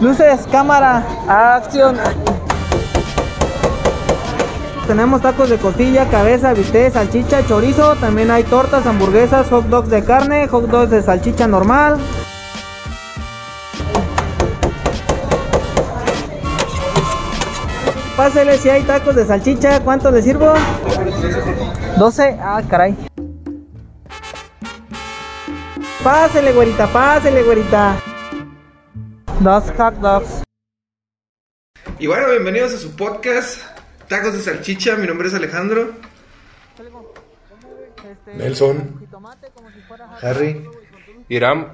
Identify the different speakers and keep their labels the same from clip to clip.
Speaker 1: Luces, cámara, acción. Tenemos tacos de costilla, cabeza, bistec, salchicha, chorizo. También hay tortas, hamburguesas, hot dogs de carne, hot dogs de salchicha normal. Pásele si hay tacos de salchicha. ¿Cuánto le sirvo? 12. Ah, caray. Pásele, güerita, pásele, güerita. Dos hot dogs.
Speaker 2: Y bueno, bienvenidos a su podcast Tacos de Salchicha. Mi nombre es Alejandro.
Speaker 3: Nelson, Harry.
Speaker 4: Irán.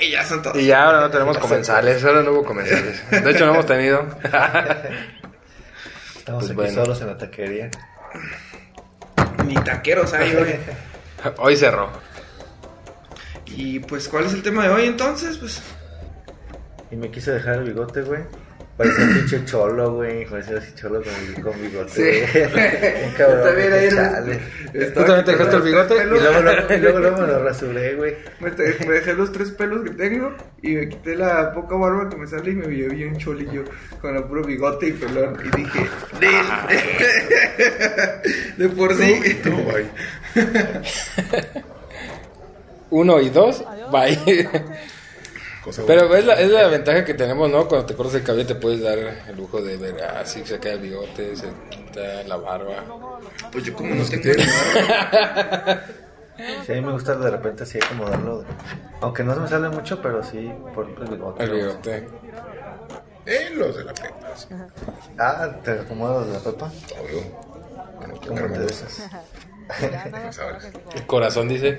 Speaker 2: Y ya son todos.
Speaker 4: Y ya ahora no tenemos comensales. Ahora no hubo comensales. De hecho, no hemos tenido.
Speaker 3: Estamos
Speaker 4: Pues
Speaker 3: aquí
Speaker 4: bueno.
Speaker 3: solos en la taquería.
Speaker 2: Ni taqueros hay, güey.
Speaker 4: Hoy cerró.
Speaker 2: Y pues, ¿cuál es el tema de hoy entonces? Pues,
Speaker 3: Y me quise dejar el bigote, güey. Parecía un pinche cholo, güey. Parecía así cholo con, el- con bigote.
Speaker 2: Sí.
Speaker 3: güey. Un cabrón.
Speaker 2: Yo también
Speaker 3: güey,
Speaker 2: ayer-
Speaker 3: chale.
Speaker 2: estaba aquí con los tres
Speaker 3: Y
Speaker 2: pelos.
Speaker 3: luego, luego, y luego, luego me lo rasuré, güey.
Speaker 2: me, te- me dejé los tres pelos que tengo y me quité la poca barba que me sale y me vi bien cholillo con el puro bigote y pelón. Y dije, Ah, de, de por sí.
Speaker 4: Uno y dos, bye.
Speaker 5: Cosa
Speaker 4: Pero
Speaker 5: buena.
Speaker 4: es la, es la ventaja que tenemos, ¿no? Cuando te cortas el cabello te puedes dar el lujo de ver, ah, sí, se cae el bigote, se quita la barba.
Speaker 2: Pues yo como no
Speaker 5: que
Speaker 2: tengo
Speaker 5: tienen.
Speaker 3: Sí, a mí me gusta de repente así acomodarlo. güey. Aunque no se me sale mucho, pero sí, por el bigote.
Speaker 4: El
Speaker 3: güey.
Speaker 4: bigote.
Speaker 5: Eh, los de la pepa, sí,
Speaker 3: Ah, ¿te acomodas de la pepa?
Speaker 5: obvio. Bueno, tú
Speaker 3: ¿Cómo
Speaker 5: me
Speaker 3: te
Speaker 5: lo
Speaker 3: besas?
Speaker 5: sabes.
Speaker 4: El corazón dice.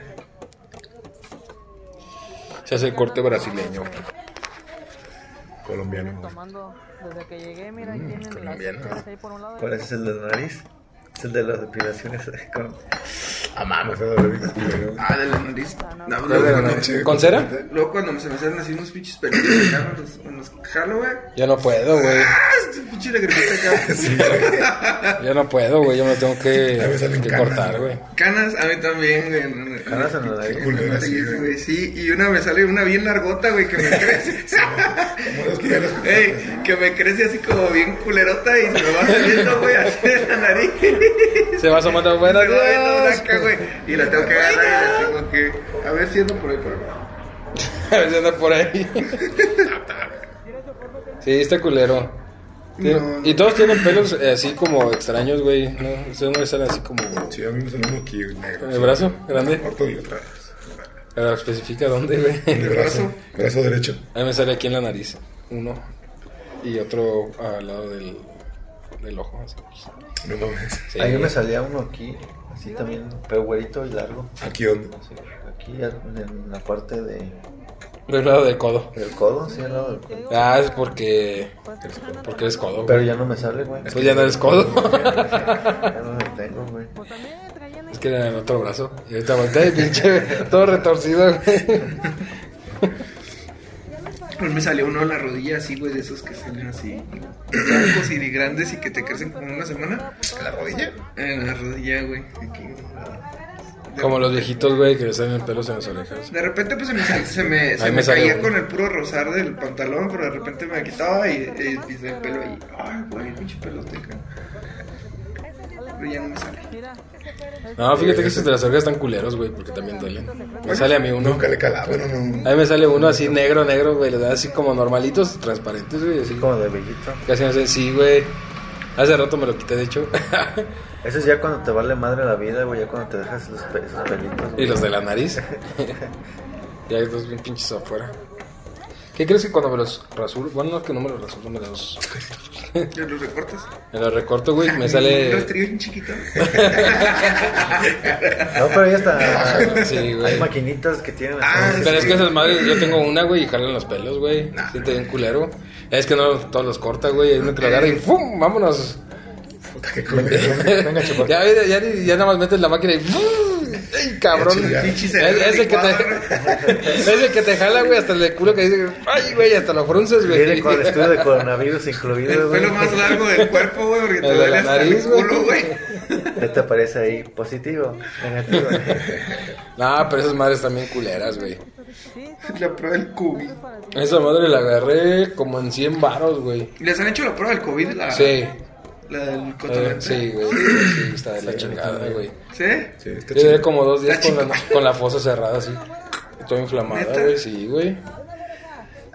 Speaker 4: Se hace el corte brasileño.
Speaker 5: Colombiano. güey.
Speaker 1: Tomando desde que llegué, mira, ahí
Speaker 2: Mm,
Speaker 1: tienen las
Speaker 5: colombiano.
Speaker 1: chelas ahí por un lado.
Speaker 3: ¿Cuál es el de la nariz? Es el de las depilaciones con...
Speaker 5: Ah, mames, eso lo vi, culero.
Speaker 2: Ah, de la nariz. No,
Speaker 5: Lo de
Speaker 2: luego,
Speaker 5: la
Speaker 2: cuando-
Speaker 5: noche.
Speaker 4: ¿Con cera?
Speaker 2: luego cuando se me salen así unos pinches pelitos acá, me los, me los jalo, güey.
Speaker 4: Yo no puedo, güey.
Speaker 2: ¡Ah! Este pinche lagrimita acá.
Speaker 4: Yo no puedo, güey. Yo me tengo
Speaker 5: A mí me
Speaker 4: que,
Speaker 5: salen
Speaker 4: que
Speaker 5: canas,
Speaker 4: cortar,
Speaker 5: ¿no?
Speaker 4: güey.
Speaker 2: Canas, a mí también, güey. no, no,
Speaker 3: ¿Canas en la nariz?
Speaker 2: no,
Speaker 5: Culera,
Speaker 2: sí,
Speaker 5: sí,
Speaker 2: güey,
Speaker 5: güey.
Speaker 2: sí, y una me sale una bien largota, güey, que me crece.
Speaker 5: Como los pelos.
Speaker 2: Ey, que me crece así como bien culerota y se me va saliendo, güey, así de la nariz.
Speaker 4: Se va asomando
Speaker 2: Se
Speaker 4: bueno,
Speaker 2: va viendo blanca, güey. Y la tengo que agarrar y la tengo que. A ver si ando por ahí, por ahí.
Speaker 4: A ver si anda por ahí. Sí, está culero. Tiene-
Speaker 2: No, no.
Speaker 4: Y todos tienen pelos eh, así como extraños, güey. ¿no? Ustedes no les salen así como.
Speaker 5: Sí, a mí me salió uno aquí, negro.
Speaker 4: ¿El brazo? ¿Grande?
Speaker 5: Corto y otra vez.
Speaker 4: Pero especifica dónde, güey.
Speaker 5: El brazo. Brazo derecho.
Speaker 4: A mí me sale aquí en la nariz. Uno. Y otro al lado del, del ojo. así.
Speaker 5: No mames.
Speaker 4: Sí.
Speaker 3: Ahí me salía uno aquí, así también, pero güerito y largo.
Speaker 5: ¿Aquí dónde?
Speaker 3: Sí, Aquí en en la parte de,
Speaker 4: Del lado del codo.
Speaker 3: del codo, sí, al lado del codo.
Speaker 4: Ah, es porque. Porque eres codo, güey.
Speaker 3: Pero ya no me sale, güey.
Speaker 4: Pues ya no eres codo.
Speaker 3: Ya no lo tengo, güey.
Speaker 4: Es que era en el otro brazo. Y ahorita volteé y pinche. Todo retorcido, güey.
Speaker 2: Pues me salió uno en la rodilla así, güey, de esos que salen así. Blancos y grandes y que te crecen como una semana.
Speaker 5: ¿En pues, la rodilla?
Speaker 2: En la rodilla, güey. Aquí,
Speaker 4: Como los viejitos, güey, que les salen pelos en las orejas.
Speaker 2: De repente pues se me, sal- se me, se
Speaker 4: Ahí
Speaker 2: me
Speaker 4: me salió
Speaker 2: caía
Speaker 4: uno.
Speaker 2: con el puro rosar del pantalón, pero de repente me quitaba y, y, y el pelo ahí. Ay, güey, pinche pelote, cabrón. Pero ya no me sale.
Speaker 4: No, fíjate que esos de las orejas están culeros, güey, porque también duelen. Me sale a mí uno.
Speaker 5: Nunca le calaba. Bueno, no.
Speaker 4: A mí me sale uno así negro, negro, güey, le da así como normalitos, transparentes, güey, así
Speaker 3: Así
Speaker 4: como
Speaker 3: como de vellito.
Speaker 4: casi no sé, sí, güey. Hace rato me lo quité, de hecho.
Speaker 3: Eso es ya cuando te vale madre la vida, güey. Ya cuando te dejas los pe- esos pelitos.
Speaker 4: y
Speaker 3: güey.
Speaker 4: los de la nariz. y hay dos bien pinches afuera. ¿Qué crees que cuando me los rasuro? Bueno, no es que no me los rasuro, me los...
Speaker 2: Ya los recortas.
Speaker 4: Me los recorto, güey, me
Speaker 2: Un
Speaker 4: sale...
Speaker 2: rastrillo bien chiquito.
Speaker 3: No, pero ya está.
Speaker 4: Sí, güey.
Speaker 3: Hay maquinitas que tienen.
Speaker 2: Ah,
Speaker 4: Pero es que esas madres, yo tengo una, güey, y jalan los pelos, güey. Siente bien culero. Es que no todos los corta, güey. Hay uno que lo agarra y ¡pum! ¡Vámonos!
Speaker 5: Puta, qué culero.
Speaker 4: Venga, ya, mira, ya, ni- ya nada más metes la máquina y ¡pum! ¡Ay, cabrón!
Speaker 5: Ya chingaron.
Speaker 4: Es, es el que te, es el que te jala, güey, hasta el culo que dice, ¡ay, güey! Hasta los frunces,
Speaker 3: Viene
Speaker 4: güey.
Speaker 3: con el estudio de coronavirus incluido,
Speaker 2: El
Speaker 3: güey.
Speaker 2: pelo más largo del cuerpo, güey, porque te
Speaker 4: El de
Speaker 2: duele
Speaker 4: la
Speaker 2: hasta el
Speaker 4: nariz, güey.
Speaker 2: culo, güey.
Speaker 3: Ya te aparece ahí positivo, negativo.
Speaker 4: No, pero esas madres también culeras, güey.
Speaker 2: La prueba del COVID.
Speaker 4: Esa madre la agarré como en 100 baros, güey.
Speaker 2: ¿Les han hecho la prueba del COVID? La,
Speaker 4: Sí.
Speaker 2: La del
Speaker 4: Eh,
Speaker 2: cotonete.
Speaker 4: sí, güey. Sí, está de la chingada, güey.
Speaker 2: ¿Sí?
Speaker 5: Sí, está
Speaker 4: Yo llevé
Speaker 5: chido.
Speaker 4: como dos días
Speaker 2: Está
Speaker 4: con la, con la fosa cerrada, así. Todo inflamada,
Speaker 2: ¿Neta?
Speaker 4: güey. Sí, güey.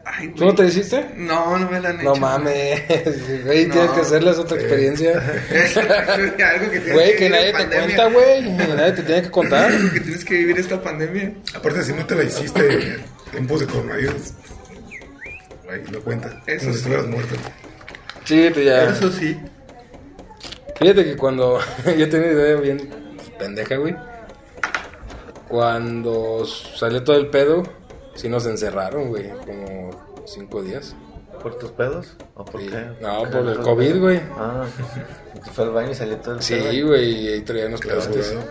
Speaker 2: Ay,
Speaker 4: ¿Tú no te
Speaker 2: güey.
Speaker 4: hiciste?
Speaker 2: No, no me la han hecho.
Speaker 4: No mames, güey,
Speaker 2: No.
Speaker 4: tienes que hacerles otra experiencia.
Speaker 2: Es algo que tienes
Speaker 4: Güey, que
Speaker 2: vivir
Speaker 4: nadie
Speaker 2: en
Speaker 4: te
Speaker 2: pandemia.
Speaker 4: cuenta, güey. Nadie te tiene que contar.
Speaker 2: Algo que tienes que vivir esta pandemia.
Speaker 5: Aparte, si no te la hiciste en tiempos de coronavirus, güey, no cuenta.
Speaker 2: Eso
Speaker 5: Como
Speaker 2: sí.
Speaker 5: si estuvieras muerto.
Speaker 4: Chíguete ya.
Speaker 2: Eso sí.
Speaker 4: Fíjate que cuando. yo tenía una idea bien pendeja, güey. Cuando salió todo el pedo, sí nos encerraron, güey. Como cinco días.
Speaker 3: ¿Por tus pedos? ¿O por
Speaker 4: Sí.
Speaker 3: qué?
Speaker 4: No,
Speaker 3: qué
Speaker 4: por el
Speaker 3: otros
Speaker 4: COVID,
Speaker 3: pedos?
Speaker 4: güey.
Speaker 3: Ah, te fue al baño y salió todo el pedo.
Speaker 4: Sí, güey, y ahí traían los
Speaker 5: Claro,
Speaker 4: pedotes.
Speaker 5: güey.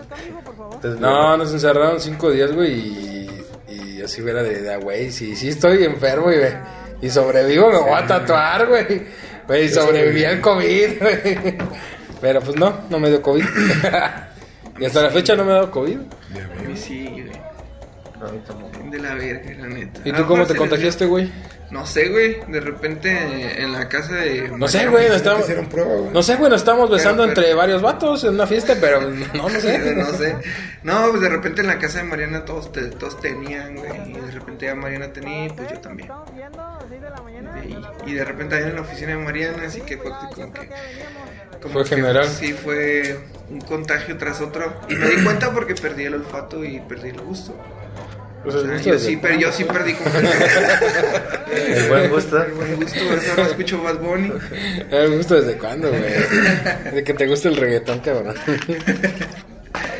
Speaker 3: Entonces,
Speaker 4: No, nos encerraron cinco días, güey, y, y así era de, de, ah, güey, sí, sí estoy enfermo, güey, ve, y sobrevivo, me voy a tatuar, güey, güey, y sobreviví al COVID, güey, pero pues no, no me dio COVID, y hasta la fecha no me ha dado COVID,
Speaker 5: Ya,
Speaker 2: A
Speaker 5: güey.
Speaker 2: mí sí, güey.
Speaker 3: no, a mí tampoco.
Speaker 2: De la verga, la neta.
Speaker 4: ¿y
Speaker 2: A lo
Speaker 4: tú cómo
Speaker 2: mejor
Speaker 4: te
Speaker 2: se les-
Speaker 4: contagiaste, güey?
Speaker 2: No sé, güey. De repente en la casa de.
Speaker 4: No sé, güey, nos
Speaker 5: Si no te
Speaker 4: estábamos,
Speaker 5: hicieron prueba, güey.
Speaker 4: no sé, güey, nos estábamos
Speaker 2: Pero,
Speaker 4: besando
Speaker 2: pero-
Speaker 4: entre varios vatos en una fiesta, pero no, no sé,
Speaker 2: no sé. No, pues de repente en la casa de Mariana todos, te- todos tenían, güey. Y de repente ya Mariana tenía, y pues yo también. Y, y de repente ahí en la oficina de Mariana, así que
Speaker 1: Pues,
Speaker 2: fue
Speaker 1: ah,
Speaker 2: como que. como
Speaker 4: Fue
Speaker 2: que
Speaker 4: general.
Speaker 2: Sí, fue un contagio tras otro. Y me di cuenta porque perdí el olfato y perdí el gusto.
Speaker 4: Pues,
Speaker 2: O
Speaker 4: el
Speaker 2: sea,
Speaker 4: gusto
Speaker 2: yo,
Speaker 4: desde-
Speaker 2: sí, pero yo sí perdí completamente.
Speaker 3: El buen gusto.
Speaker 2: El buen gusto, por eso no escucho Bad Bunny.
Speaker 4: Eh, me gusta desde cuándo, güey, de que te gusta el reggaetón, cabrón,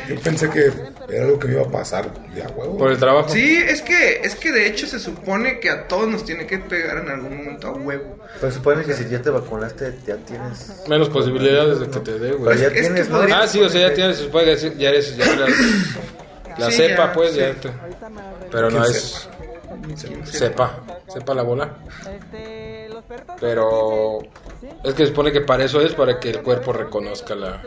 Speaker 5: Yo pensé que era algo que me iba a pasar de a huevo.
Speaker 4: por el trabajo.
Speaker 2: Sí, es que, es que de hecho se supone que a todos nos tiene que pegar en algún momento a huevo.
Speaker 3: Pues supone que si ya te vacunaste, ya tienes.
Speaker 4: Menos posibilidades de que te dé,
Speaker 3: Pero
Speaker 4: güey.
Speaker 3: ya
Speaker 2: Es que
Speaker 3: tienes, ¿no?
Speaker 2: podría-
Speaker 4: Ah, sí, o sea, ya tienes, puede decir, ya eres, ya la, la
Speaker 2: Sí,
Speaker 4: cepa,
Speaker 2: ya,
Speaker 4: pues,
Speaker 2: sí.
Speaker 4: ya te- Pero no
Speaker 5: ¿Qué
Speaker 4: es cepa, cepa la bola.
Speaker 6: Este, los perros
Speaker 4: Pero es que se supone que para eso es, para que el cuerpo reconozca la,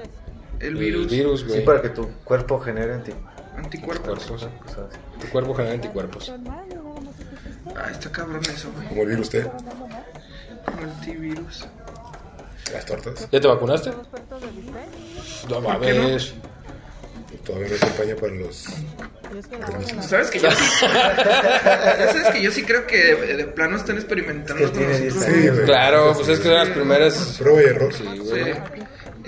Speaker 2: El virus,
Speaker 3: Sí,
Speaker 4: güey.
Speaker 3: para que tu cuerpo genere anti.
Speaker 2: anticuerpos.
Speaker 4: Cuerpos.
Speaker 3: pues, así.
Speaker 4: Tu cuerpo genera anticuerpos.
Speaker 2: Ay, Ah, está cabrón eso, güey.
Speaker 5: Como el virus ¿eh? T,
Speaker 2: Antivirus.
Speaker 5: las tortas.
Speaker 4: ¿Ya te vacunaste?
Speaker 6: de bistec.
Speaker 4: No
Speaker 2: qué no?
Speaker 4: mames.
Speaker 5: Todavía no hay campaña para los.
Speaker 2: pues ¿Sabes que yo sí? ¿Sabes que yo sí creo que de, de plano están experimentando
Speaker 3: Es que
Speaker 2: con
Speaker 3: tiene
Speaker 2: nosotros?
Speaker 5: Sí, güey.
Speaker 4: Claro, pues es que eran las primeras.
Speaker 5: Prueba y error.
Speaker 4: Sí,
Speaker 2: Sí.
Speaker 4: güey.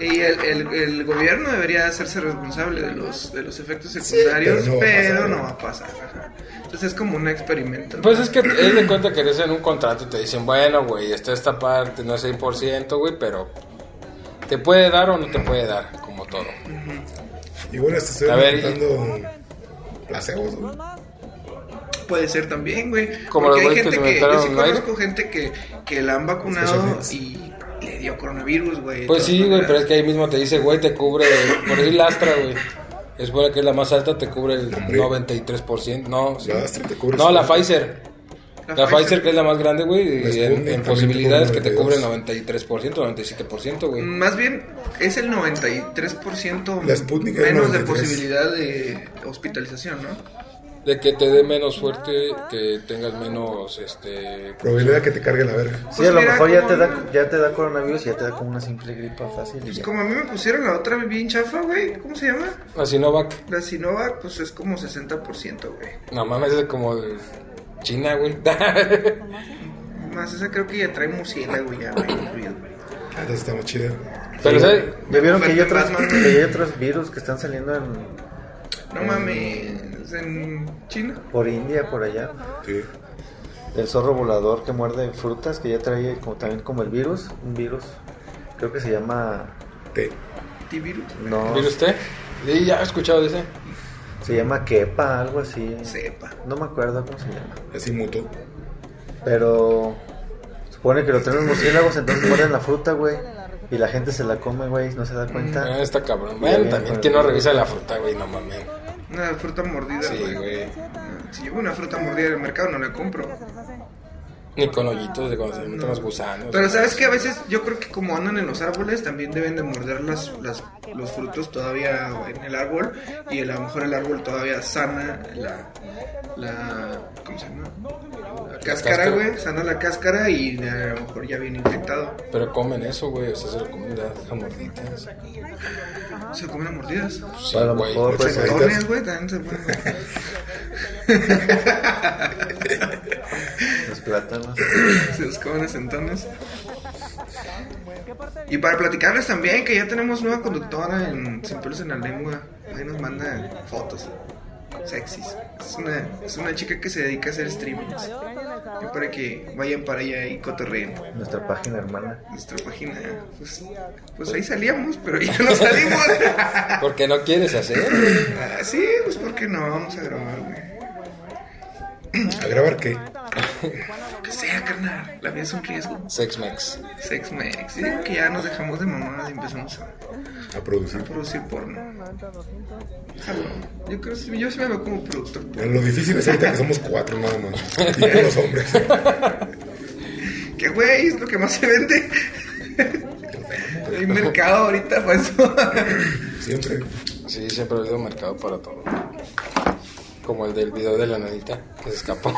Speaker 2: Y el, el- el gobierno debería hacerse responsable de los, de los efectos
Speaker 5: pero
Speaker 2: secundarios,
Speaker 5: no va a
Speaker 2: pero
Speaker 5: pasar.
Speaker 2: no va a pasar. ajá. Entonces es como un experimento.
Speaker 4: Pues es que es de cuenta que eres en un contrato y te dicen, bueno, güey, está esta parte, no es 100%, güey, pero te puede dar o no te puede dar, como todo.
Speaker 5: Y bueno, hasta estoy
Speaker 4: A ver,
Speaker 5: inventando placebos, güey.
Speaker 2: Puede ser también, güey. Porque
Speaker 4: Como los
Speaker 2: hay
Speaker 4: güeyes
Speaker 2: gente
Speaker 4: que se
Speaker 2: que, yo
Speaker 4: inventaron
Speaker 2: sí
Speaker 4: el
Speaker 2: conozco gente que, que la han vacunado
Speaker 5: Especialistas.
Speaker 2: y le dio coronavirus, güey. de
Speaker 4: Pues
Speaker 2: todas
Speaker 4: sí, güey,
Speaker 2: maneras.
Speaker 4: pero es que ahí mismo te dice, güey, te cubre, por decir lastra, güey. Es buena que es la más alta, te cubre el
Speaker 5: Hombre.
Speaker 4: 93%. No, sí.
Speaker 5: Lastra te cubre
Speaker 4: no la
Speaker 5: solo.
Speaker 4: Pfizer. La, Pfizer, que es la más grande, güey, y
Speaker 5: Responde,
Speaker 4: en- en,
Speaker 5: Pues, también te
Speaker 4: posibilidades que
Speaker 5: cubre
Speaker 4: te cubre el
Speaker 5: 92.
Speaker 4: 93%, 97%, güey.
Speaker 2: Más bien, es el 93%
Speaker 5: La Sputnik es
Speaker 2: menos de
Speaker 5: 93.
Speaker 2: posibilidad de hospitalización, ¿no?
Speaker 4: De que te dé menos suerte, que tengas menos, este...
Speaker 5: Probabilidad que te cargue la verga.
Speaker 3: Sí,
Speaker 2: Pues
Speaker 3: a lo
Speaker 2: mira,
Speaker 3: mejor ya
Speaker 2: como
Speaker 3: te,
Speaker 2: una-
Speaker 3: da, ya te da coronavirus y ya te da como una simple gripa fácil. Y
Speaker 2: Pues
Speaker 3: ya.
Speaker 2: como a mí me pusieron la otra bien chafa, güey. ¿Cómo se llama?
Speaker 4: La Sinovac,
Speaker 2: La Sinovac, pues es como 60%, güey.
Speaker 4: no mames, es como de China, güey.
Speaker 2: Más esa creo que ya trae murciélago ya, güey, incluido, güey.
Speaker 5: Entonces está más chida.
Speaker 4: Pero,
Speaker 3: Sí,
Speaker 4: ¿sabes?
Speaker 3: Ya vieron que hay,
Speaker 2: Fuerte
Speaker 3: otros,
Speaker 2: Batman.
Speaker 3: que hay otros virus que están saliendo en,
Speaker 4: Mm.
Speaker 2: No mames, en China.
Speaker 3: por India, por allá.
Speaker 5: Sí.
Speaker 3: El zorro volador que muerde frutas, que ya trae como, también como el virus. Un virus, creo que se llama.
Speaker 5: T.
Speaker 2: ¿Antivirus?
Speaker 3: No,
Speaker 4: ¿Vino usted? Sí, ya he escuchado de ese.
Speaker 3: se llama Kepa, algo así.
Speaker 2: Sepa.
Speaker 3: No me acuerdo cómo se llama.
Speaker 5: Así mutó.
Speaker 3: Pero supone que lo traen los murciélagos, entonces muerden la fruta, güey. Y la gente se la come, güey, no se da
Speaker 4: Ah,
Speaker 3: cuenta.
Speaker 4: está cabrón.
Speaker 3: Ya
Speaker 4: Bueno,
Speaker 3: bien,
Speaker 4: también
Speaker 3: bueno.
Speaker 4: quien no revisa la fruta, güey, no mames.
Speaker 2: Una fruta mordida,
Speaker 4: Sí,
Speaker 2: Ah, güey. Ah,
Speaker 4: güey.
Speaker 2: Si yo veo una fruta mordida en el mercado, no la compro.
Speaker 4: Y con hoyitos de cuando se meten los gusanos.
Speaker 2: Pero sabes que a veces yo creo que como andan en los árboles también deben de morder las, las- los frutos todavía en el árbol y a lo mejor el árbol todavía sana la, la ¿cómo se llama? La
Speaker 4: cáscara.
Speaker 2: cáscara, güey, sana la cáscara y a lo mejor ya viene infectado.
Speaker 4: Pero comen eso, güey. O sea, se lo comen de las morditas.
Speaker 2: Se comen a mordidas.
Speaker 4: Sí,
Speaker 3: a lo
Speaker 4: güey.
Speaker 3: mejor, pues,
Speaker 5: Ahorita-
Speaker 2: Tones, güey, también se pueden.
Speaker 3: los plátanos.
Speaker 2: se los comen a centones. Y para platicarles también que ya tenemos nueva conductora en Sin pelos en la lengua. Ahí nos manda fotos sexys. Es una, es una chica que se dedica a hacer streamings. Y para que vayan para allá y cotorreen.
Speaker 3: Nuestra página hermana.
Speaker 2: Nuestra página, pues, pues ahí salíamos, pero ya no salimos.
Speaker 4: Porque no quieres hacer.
Speaker 2: Ah, sí, pues porque no vamos a grabar, güey.
Speaker 5: ¿A grabar qué?
Speaker 2: Lo que sea, carnal. La vida es un riesgo.
Speaker 4: Sex mex.
Speaker 2: Sex mex. Sí, que ya nos dejamos de mamadas y empezamos a
Speaker 5: A producir.
Speaker 2: producir porno. Ojalá. Yo creo que yo sí me veo como productor.
Speaker 5: Lo difícil es ahorita que somos cuatro nada más. Y ya los hombres.
Speaker 2: Que güey, es lo que más se vende. Hay mercado ahorita pues, para eso.
Speaker 5: Siempre.
Speaker 4: Sí, siempre ha habido mercado para todo. Como el del video de la nanita que se escapó.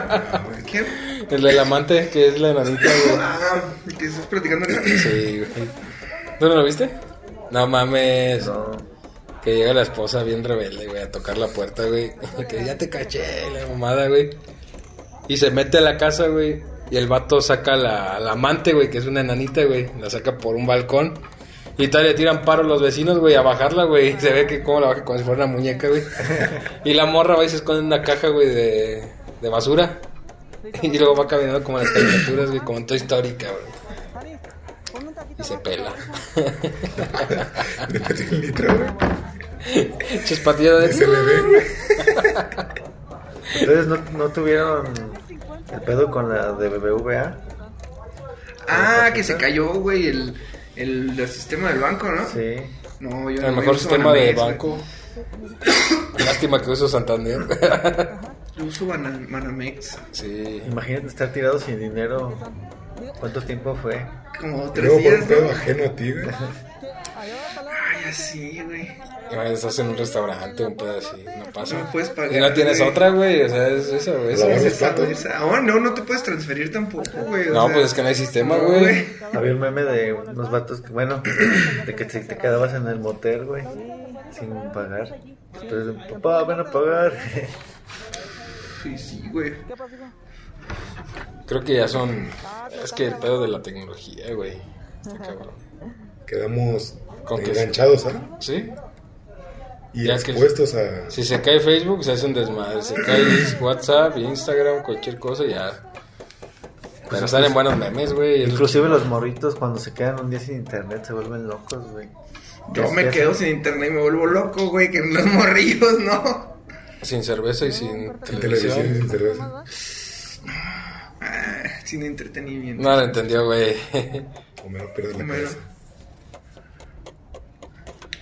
Speaker 2: ¿Qué?
Speaker 4: el del amante que es la nanita, güey.
Speaker 2: Ah, que estás platicando ahorita.
Speaker 4: Sí, güey. ¿Tú no lo viste? No mames.
Speaker 3: No.
Speaker 4: Que llega la esposa bien rebelde, güey, a tocar la puerta, güey. Que ya te caché, la mamada, güey. Y se mete a la casa, güey. Y el vato saca a la, a la amante, güey, que es una nanita, güey. La saca por un balcón. Y tal, le tiran paro los vecinos, güey, a bajarla, güey. Se ve que como la baja como si fuera una muñeca, güey. Y la morra, güey, se esconde en una caja, güey, de, de basura. Y luego va caminando como en las caricaturas, güey, como en Toy Story, cabrón. Y se pela.
Speaker 5: Le metí un litro, güey.
Speaker 4: Echas patillas de...
Speaker 5: Se le ve, güey.
Speaker 3: ¿Ustedes no, no tuvieron el pedo con la de BBVA?
Speaker 2: Ah, que se cayó, güey, el, el, el sistema del banco, ¿no?
Speaker 3: Sí.
Speaker 2: No, yo no
Speaker 4: El
Speaker 2: me
Speaker 4: mejor
Speaker 2: uso
Speaker 4: sistema de
Speaker 2: Banamex,
Speaker 4: banco. Lástima que uso Santander.
Speaker 2: güey. Yo uso Bana- Banamex.
Speaker 4: sí.
Speaker 3: Imagínate estar tirado sin dinero. ¿Cuánto tiempo fue?
Speaker 2: Como
Speaker 5: Y
Speaker 2: tres
Speaker 5: Luego por un
Speaker 2: días,
Speaker 5: pedo
Speaker 2: ¿no?
Speaker 5: ajeno a ti, güey.
Speaker 2: Ay, así, güey.
Speaker 4: Imagínate, Estás en un restaurante, un pedo así. No pasa.
Speaker 2: No puedes pagar,
Speaker 4: y no tienes
Speaker 2: güey.
Speaker 4: otra, güey. O sea, es eso, güey.
Speaker 5: Lavar
Speaker 4: es-
Speaker 5: los
Speaker 2: Esa,
Speaker 5: platos.
Speaker 2: esa- Ah, no, no te puedes transferir tampoco, güey. o
Speaker 4: No,
Speaker 2: sea,
Speaker 4: pues es que no hay sistema,
Speaker 2: no,
Speaker 4: güey.
Speaker 3: Había un meme de unos vatos que, bueno, de que te, te quedabas en el motel, güey, sin pagar. Entonces, papá, van a pagar.
Speaker 2: Sí, sí, güey.
Speaker 4: Creo que ya son. Es que el pedo de la tecnología, güey. Está cabrón.
Speaker 5: Quedamos
Speaker 4: Con que-
Speaker 5: enganchados, ¿ah?
Speaker 4: ¿Sí?
Speaker 5: Y
Speaker 4: Ya que-
Speaker 5: expuestos a.
Speaker 4: Si se cae Facebook, se hace un desmadre. Se cae WhatsApp, Instagram, cualquier cosa, ya. Pero salen buenos memes, güey. Es-
Speaker 3: Inclusive los morritos cuando se quedan un día sin internet se vuelven locos, güey.
Speaker 2: Yo me quedo sin internet y me vuelvo loco, güey, que en los morrillos, ¿no?
Speaker 4: Sin cerveza y sin
Speaker 5: Sin televisión y
Speaker 4: televisión.
Speaker 5: sin cerveza.
Speaker 2: Ah, sin entretenimiento.
Speaker 4: No lo entendió, güey.
Speaker 5: Homero pierde la
Speaker 2: Homero.
Speaker 5: cabeza.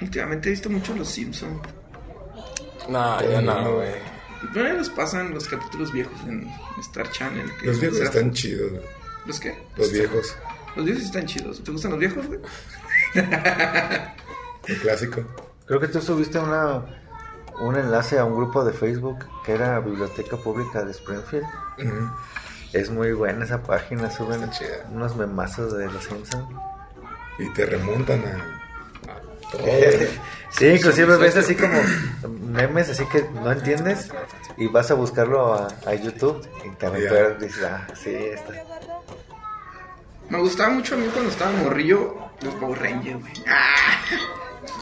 Speaker 2: Últimamente he visto mucho Los Simpsons.
Speaker 4: No, ya
Speaker 5: Ah,
Speaker 4: no, güey.
Speaker 2: Primero los pasan los capítulos viejos en Star Channel. que
Speaker 5: Los viejos
Speaker 2: será-
Speaker 5: están chidos, güey.
Speaker 2: ¿Los qué?
Speaker 5: Los viejos.
Speaker 2: Los viejos están chidos. ¿Te gustan los viejos, güey?
Speaker 5: El clásico.
Speaker 3: Creo que tú subiste una, un enlace a un grupo de Facebook que era Biblioteca Pública de Springfield. Es muy buena esa página, suben
Speaker 5: Está chida.
Speaker 3: unos memazos de los Simpsons.
Speaker 5: Y te remontan a. a todo,
Speaker 3: este,
Speaker 5: güey.
Speaker 3: Sí, inclusive ves así como memes, así que no entiendes y vas a buscarlo a, a YouTube y te aventuras, dices, ah, sí, está.
Speaker 2: Me gustaba mucho a mí cuando estaba morrillo los Power Rangers, güey. Ah,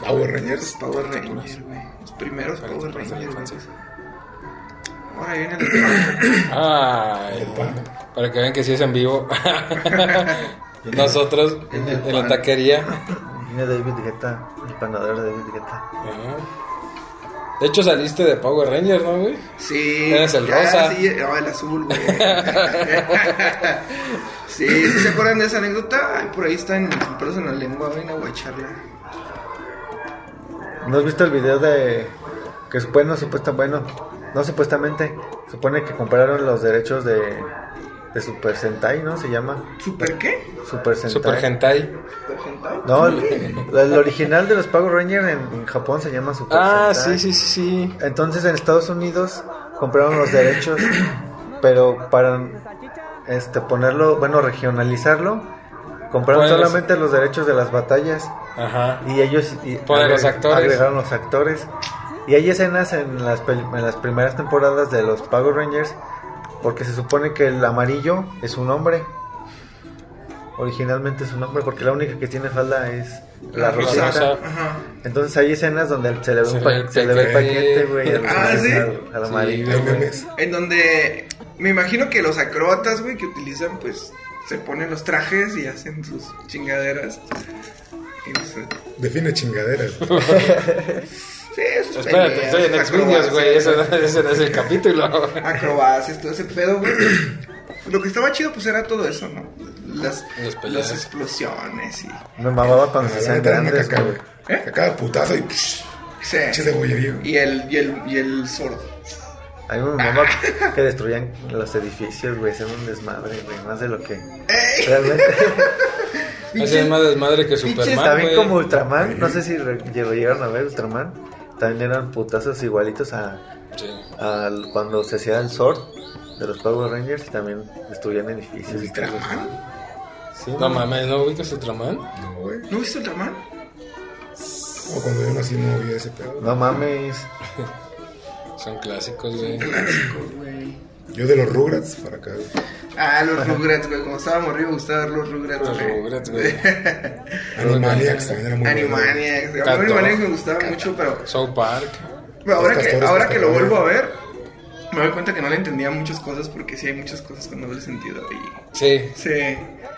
Speaker 5: Power
Speaker 2: los
Speaker 5: Rangers.
Speaker 2: Power Rangers, güey. Los primeros Power
Speaker 4: Para la
Speaker 2: Rangers, güey.
Speaker 4: infancia.
Speaker 2: Ahora viene el...
Speaker 4: Ay, para que vean que sí es en vivo. Nosotros en la taquería.
Speaker 3: Viene David Guetta, el panadero de David Guetta.
Speaker 2: Ah.
Speaker 4: Ajá. Ah. De hecho saliste de Power Rangers, ¿no, güey?
Speaker 2: Sí.
Speaker 4: Eres el
Speaker 2: ya,
Speaker 4: rosa.
Speaker 2: Sí, no, el azul, güey. sí, ¿sí ¿se acuerdan de esa anécdota? Ay, por ahí está en Sin pelos en la lengua, ven a guacharla.
Speaker 3: ¿No has visto el video de que supone, supuesta, bueno, no supuestamente, supone que compraron los derechos de de Super Sentai, ¿no? Se llama
Speaker 2: ¿Super qué?
Speaker 3: Super Sentai.
Speaker 4: Super hentai.
Speaker 2: ¿Super hentai?
Speaker 3: No, el, el original de los Power Rangers en, en Japón se llama Super
Speaker 4: Ah,
Speaker 3: Sentai.
Speaker 4: sí, sí, sí, sí.
Speaker 3: Entonces en Estados Unidos compraron los derechos, pero para este ponerlo, bueno, regionalizarlo, compraron
Speaker 4: Pues-
Speaker 3: solamente los derechos de las batallas
Speaker 4: Ajá.
Speaker 3: y ellos y-
Speaker 4: Ponen Pues, los actores.
Speaker 3: agregaron los actores. Y hay escenas en las, pel- en las primeras temporadas de los Power Rangers porque se supone que el amarillo es un hombre. Originalmente es un hombre porque la única que tiene falda es la
Speaker 2: La
Speaker 3: rosita.
Speaker 4: rosa.
Speaker 2: Ajá.
Speaker 3: Entonces hay escenas donde se le ve,
Speaker 4: Se
Speaker 3: un
Speaker 4: ve
Speaker 3: pa-
Speaker 4: el
Speaker 3: se le ve el
Speaker 4: paquete.
Speaker 3: paquete, güey. al-
Speaker 2: Ah, ¿sí?
Speaker 3: al- al
Speaker 4: Sí,
Speaker 3: amarillo.
Speaker 5: Hay memes.
Speaker 2: En donde me imagino que los acróbatas, güey, que utilizan, pues se ponen los trajes y hacen sus chingaderas. Y no sé.
Speaker 5: Define chingaderas.
Speaker 2: Sí, esos
Speaker 4: Espérate, estoy en Xvideos, güey. Ese, no- ese no es el capítulo.
Speaker 2: Acrobacias, todo ese pedo, güey. Lo que estaba chido, pues era todo eso, ¿no? Las,
Speaker 4: Las peleas.
Speaker 2: las explosiones y.
Speaker 3: Me mamaba cuando se
Speaker 5: Ojalá
Speaker 3: hacían
Speaker 5: te dan una
Speaker 3: grandes,
Speaker 5: caca,
Speaker 3: güey.
Speaker 5: güey. Caca de putazo y psh,
Speaker 2: Sí.
Speaker 5: pinche cebollería. güey.
Speaker 2: Y el, y el, y el sordo.
Speaker 3: A mí me mamaba que destruían los edificios, güey. Hacían un desmadre, güey. Más de lo que realmente.
Speaker 4: Hace más desmadre que Superman,
Speaker 3: También como
Speaker 4: güey.
Speaker 3: Ultraman. No sé si re- lo llegaron a ver, Ultraman. También eran putazos igualitos a,
Speaker 4: Sí.
Speaker 3: al- cuando se hacía el sword de los Power Rangers. y También destruían edificios. y cosas.
Speaker 5: ¿Ultraman?
Speaker 3: Sí,
Speaker 4: No mames, ¿no ubicas Ultraman?
Speaker 5: No, güey.
Speaker 2: ¿No viste Ultraman?
Speaker 5: O cuando yo nací no vi ese pedo.
Speaker 3: No mames.
Speaker 4: Son clásicos, güey.
Speaker 5: Yo de los Rugrats para acá. güey.
Speaker 2: Ah, los Rugrats, güey. Como estaba morrido, me gustaba ver los Rugrats,
Speaker 4: Los
Speaker 2: güey.
Speaker 4: Rugrats, güey.
Speaker 5: Animaniacs también era muy bueno.
Speaker 2: Animaniacs. A
Speaker 4: Cator.
Speaker 2: mí Animaniacs me gustaba mucho, pero
Speaker 4: South Park.
Speaker 2: Pero ahora
Speaker 5: Los
Speaker 2: que,
Speaker 5: castores
Speaker 2: ahora que lo
Speaker 5: castores.
Speaker 2: vuelvo a ver, me doy cuenta que no le entendía muchas cosas porque sí hay muchas cosas con doble sentido. Y,
Speaker 4: Sí.
Speaker 2: sí,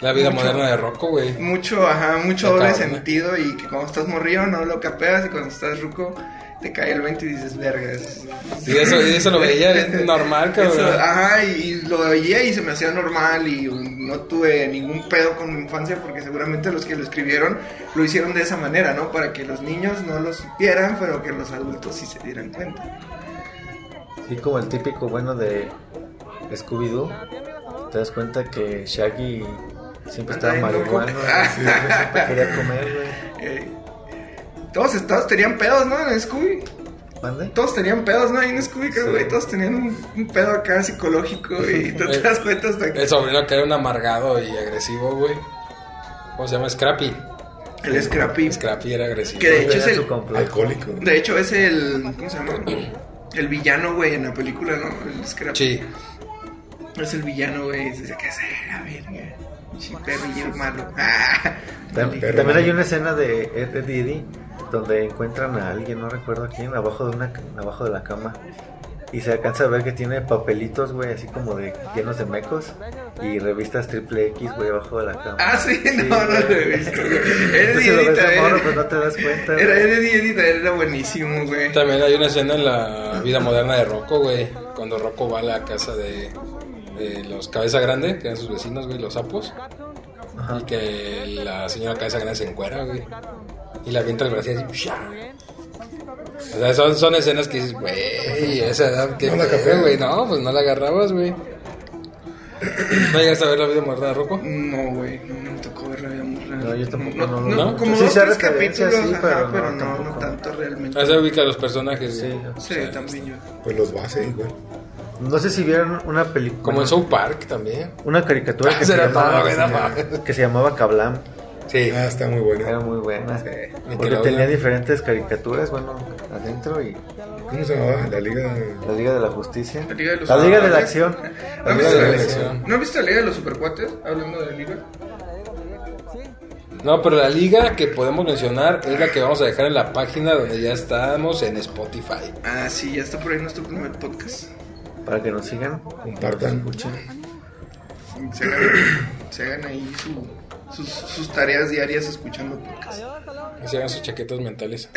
Speaker 4: La vida
Speaker 2: Mucho.
Speaker 4: moderna de Rocco, güey.
Speaker 2: mucho, ajá, mucho
Speaker 4: Está
Speaker 2: doble
Speaker 4: cabrón, ¿eh?
Speaker 2: sentido y que cuando estás morrido no lo capeas y cuando estás ruco te cae el 20 y dices, vergas.
Speaker 4: Y eso, y eso lo veía bien normal, cabrón.
Speaker 2: Eso, ajá, y lo veía y se me hacía normal y no tuve ningún pedo con mi infancia porque seguramente los que lo escribieron lo hicieron de esa manera, ¿no? Para que los niños no lo supieran, pero que los adultos sí se dieran cuenta.
Speaker 3: Sí, como el típico bueno de Scooby-Doo. Te das cuenta que Shaggy siempre estaba
Speaker 2: Andaba bien loco.
Speaker 3: marihuano. güey, sí, güey, siempre quería comer, güey.
Speaker 2: Eh, todos, todos tenían pedos, ¿no? En Scooby.
Speaker 3: ¿Mande?
Speaker 2: Todos tenían pedos, ¿no? Ahí en Scooby, creo,
Speaker 3: Sí.
Speaker 2: güey. Todos tenían un, un pedo acá psicológico y tú te das cuenta hasta
Speaker 4: El
Speaker 2: que.
Speaker 4: sobrino que era un amargado y agresivo, güey. ¿Cómo se llama? Scrappy.
Speaker 2: El Scrappy.
Speaker 4: Scrappy era agresivo.
Speaker 2: Que de hecho es
Speaker 3: Era
Speaker 2: el.
Speaker 3: su complejo.
Speaker 5: Alcohólico. güey.
Speaker 2: De hecho es el. ¿Cómo se llama? El villano, güey, en la película, ¿no? El Scrappy.
Speaker 4: Sí.
Speaker 2: Es el villano, güey. Dice que es la verga. Sí, perrillo malo. Ah.
Speaker 3: Tam-
Speaker 5: Perro.
Speaker 3: También hay una escena de Ed, Ed y Eddie donde encuentran a alguien, no recuerdo quién, abajo de una ca- abajo de la cama. Y se alcanza a ver que tiene papelitos, güey, así como de llenos de mecos y revistas triple X, güey, abajo de la cama.
Speaker 2: Ah, sí, no, no
Speaker 3: güey.
Speaker 2: lo he visto, güey. Era
Speaker 3: Entonces lo ves
Speaker 2: Edita,
Speaker 3: de morro,
Speaker 2: era-
Speaker 3: pero no te das cuenta.
Speaker 2: Era
Speaker 3: güey.
Speaker 2: Eddie Edita, era buenísimo, güey.
Speaker 4: También hay una escena en la vida moderna de Rocco, güey. Cuando Rocco va a la casa de, de los Cabeza Grande, que eran sus vecinos, güey, los sapos.
Speaker 3: Ajá.
Speaker 4: Y que la señora Cabeza Grande se encuera, güey. Y la avienta el brazo así. ¡psha! O sea, son, son escenas que dices, güey, a esa edad que
Speaker 5: No la
Speaker 4: fue,
Speaker 5: capé.
Speaker 4: güey. No, pues no la agarrabas, güey. ¿No llegaste a ver la vida moderna de Rocco?
Speaker 2: No, güey, no, no me tocó verla de amor.
Speaker 3: No, yo tampoco,
Speaker 2: No,
Speaker 3: no,
Speaker 2: no,
Speaker 4: no.
Speaker 2: como
Speaker 3: Sí,
Speaker 2: dos,
Speaker 3: sí, hay
Speaker 2: tres
Speaker 3: referencias,
Speaker 2: capítulos,
Speaker 3: sí,
Speaker 2: ajá,
Speaker 3: pero
Speaker 2: pero
Speaker 3: no,
Speaker 2: no, no
Speaker 3: tampoco.
Speaker 2: tanto realmente.
Speaker 4: Ah, se ubica a los personajes.
Speaker 3: Sí.
Speaker 4: güey.
Speaker 2: Sí, también yo.
Speaker 5: Pues los base, güey.
Speaker 3: No sé si vieron una película.
Speaker 4: Como en South Park también.
Speaker 3: Una caricatura que se,
Speaker 4: Será todo,
Speaker 3: llamaba,
Speaker 4: güey, no mames.
Speaker 3: que se llamaba Kablam.
Speaker 4: Sí.
Speaker 5: Ah, está muy
Speaker 3: Era
Speaker 5: bueno.
Speaker 3: muy buena. eh, Porque
Speaker 4: Nickelodeon.
Speaker 3: tenía diferentes caricaturas, bueno, adentro y
Speaker 5: ¿Cómo se llamaba? La liga.
Speaker 3: la Liga de la Justicia.
Speaker 2: La Liga de los
Speaker 3: La Liga de la
Speaker 2: Supercuates.
Speaker 3: Acción.
Speaker 2: ¿No
Speaker 3: La
Speaker 2: has
Speaker 3: Liga
Speaker 2: visto
Speaker 3: de
Speaker 2: la
Speaker 3: la
Speaker 2: liga?
Speaker 3: Acción.
Speaker 2: ¿No has visto la Liga de los Supercuates? Hablando de Liga.
Speaker 4: No, pero la liga que podemos mencionar es la que vamos a dejar en la página donde ya estamos en Spotify.
Speaker 2: Ah, sí, ya está por ahí nuestro primer podcast.
Speaker 3: Para que nos sigan.
Speaker 5: Compartan.
Speaker 2: Se hagan, se hagan ahí su- sus, sus tareas diarias escuchando podcast.
Speaker 4: Que se hagan sus chaquetas mentales.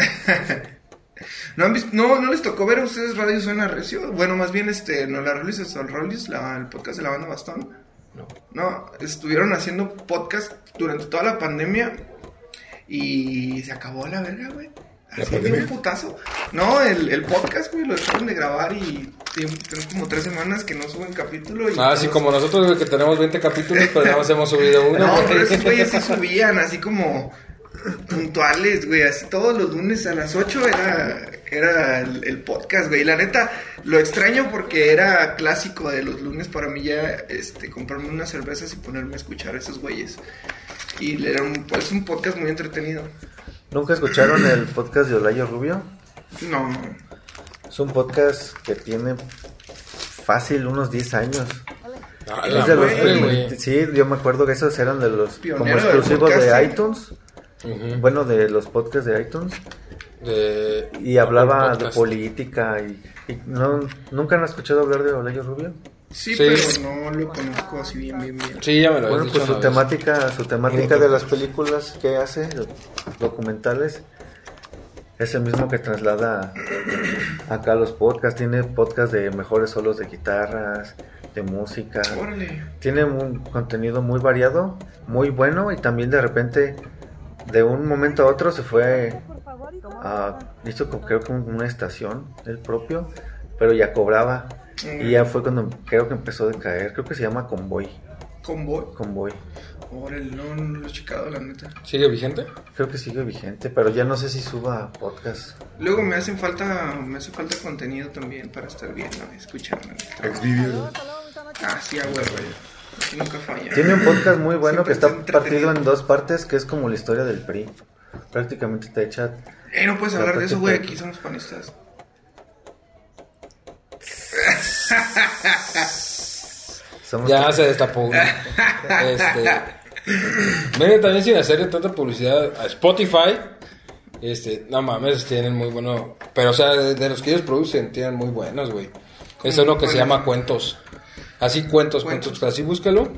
Speaker 2: ¿No, han visto- no, no les tocó ver a ustedes Radio Suena Recio. Bueno, más bien, este, no la Rollis, es el Rollis, la- el podcast de la banda Bastón.
Speaker 5: No.
Speaker 2: No, estuvieron haciendo podcast durante toda la pandemia y se acabó la verga, güey. Así de un putazo. No, el, el podcast, güey, lo dejaron de grabar y tienen tienen como tres semanas que no suben capítulo. Y
Speaker 4: Ah, así como nosotros, güey, que tenemos 20 capítulos, pero nada más hemos subido uno.
Speaker 2: No,
Speaker 4: güey.
Speaker 2: pero esos güeyes sí subían, así como puntuales, güey. Así todos los lunes a las 8 era, era el, el podcast, güey. La neta, lo extraño porque era clásico de los lunes para mí ya este, comprarme unas cervezas y ponerme a escuchar a esos güeyes. Y era un, pues, un podcast muy entretenido.
Speaker 3: ¿Nunca escucharon el podcast de Olayo Rubio?
Speaker 2: No,
Speaker 3: Es un podcast que tiene fácil unos 10 años.
Speaker 4: Ah,
Speaker 3: Es
Speaker 4: la
Speaker 3: de los
Speaker 4: madre, güey.
Speaker 3: prim- sí, yo me acuerdo que esos eran de los como
Speaker 2: Pionero del
Speaker 3: exclusivos de
Speaker 2: podcasting.
Speaker 3: iTunes.
Speaker 4: Ujú.
Speaker 3: Bueno, de los podcasts de iTunes.
Speaker 4: De-
Speaker 3: Y hablaba de
Speaker 4: podcast.
Speaker 3: política y, y no, nunca han escuchado hablar de Olayo Rubio.
Speaker 2: sí,
Speaker 4: Sí.
Speaker 2: pero no lo conozco así bien, bien, bien.
Speaker 4: Sí, ya me lo habías
Speaker 3: Bueno,
Speaker 4: dicho
Speaker 3: pues su
Speaker 4: una vez.
Speaker 3: temática, su temática de las películas que hace, los documentales, es el mismo que traslada acá a los podcasts. Tiene podcast de mejores solos de guitarras, de música.
Speaker 2: Órale.
Speaker 3: Tiene un contenido muy variado, muy bueno y también de repente, de un momento a otro se fue a, hizo como- creo que un- una estación, el propio, pero ya cobraba. Y ya fue cuando creo que empezó a decaer, creo que se llama Convoy,
Speaker 2: Convoy.
Speaker 3: Convoy.
Speaker 2: Órale, no, no lo he checado, la neta.
Speaker 4: ¿Sigue vigente?
Speaker 3: Creo que sigue vigente, pero ya no sé si suba podcast.
Speaker 2: Luego me hacen falta, me hace falta contenido también para estar bien, ¿no? Escuchar, la neta.
Speaker 5: Exvivios.
Speaker 2: Ah, sí, a huevo. Aquí nunca falla.
Speaker 3: Tiene un podcast muy
Speaker 2: Siempre
Speaker 3: bueno que está
Speaker 2: está entretenido.
Speaker 3: partido en dos partes, que es como la historia del PRI. Prácticamente te echa...
Speaker 2: Eh, no puedes hablar de eso, güey. Aquí somos panistas.
Speaker 3: Somos
Speaker 4: Ya se destapó uno. Este, miren, también sin hacerle tanta publicidad a Spotify. Este, no mames, tienen muy bueno. Pero, o sea, de, de los que ellos producen, tienen muy buenos, güey. Es uno que se
Speaker 2: ¿Cuál?
Speaker 4: llama Cuentos. Así, cuentos, cuentos. Así, búscalo.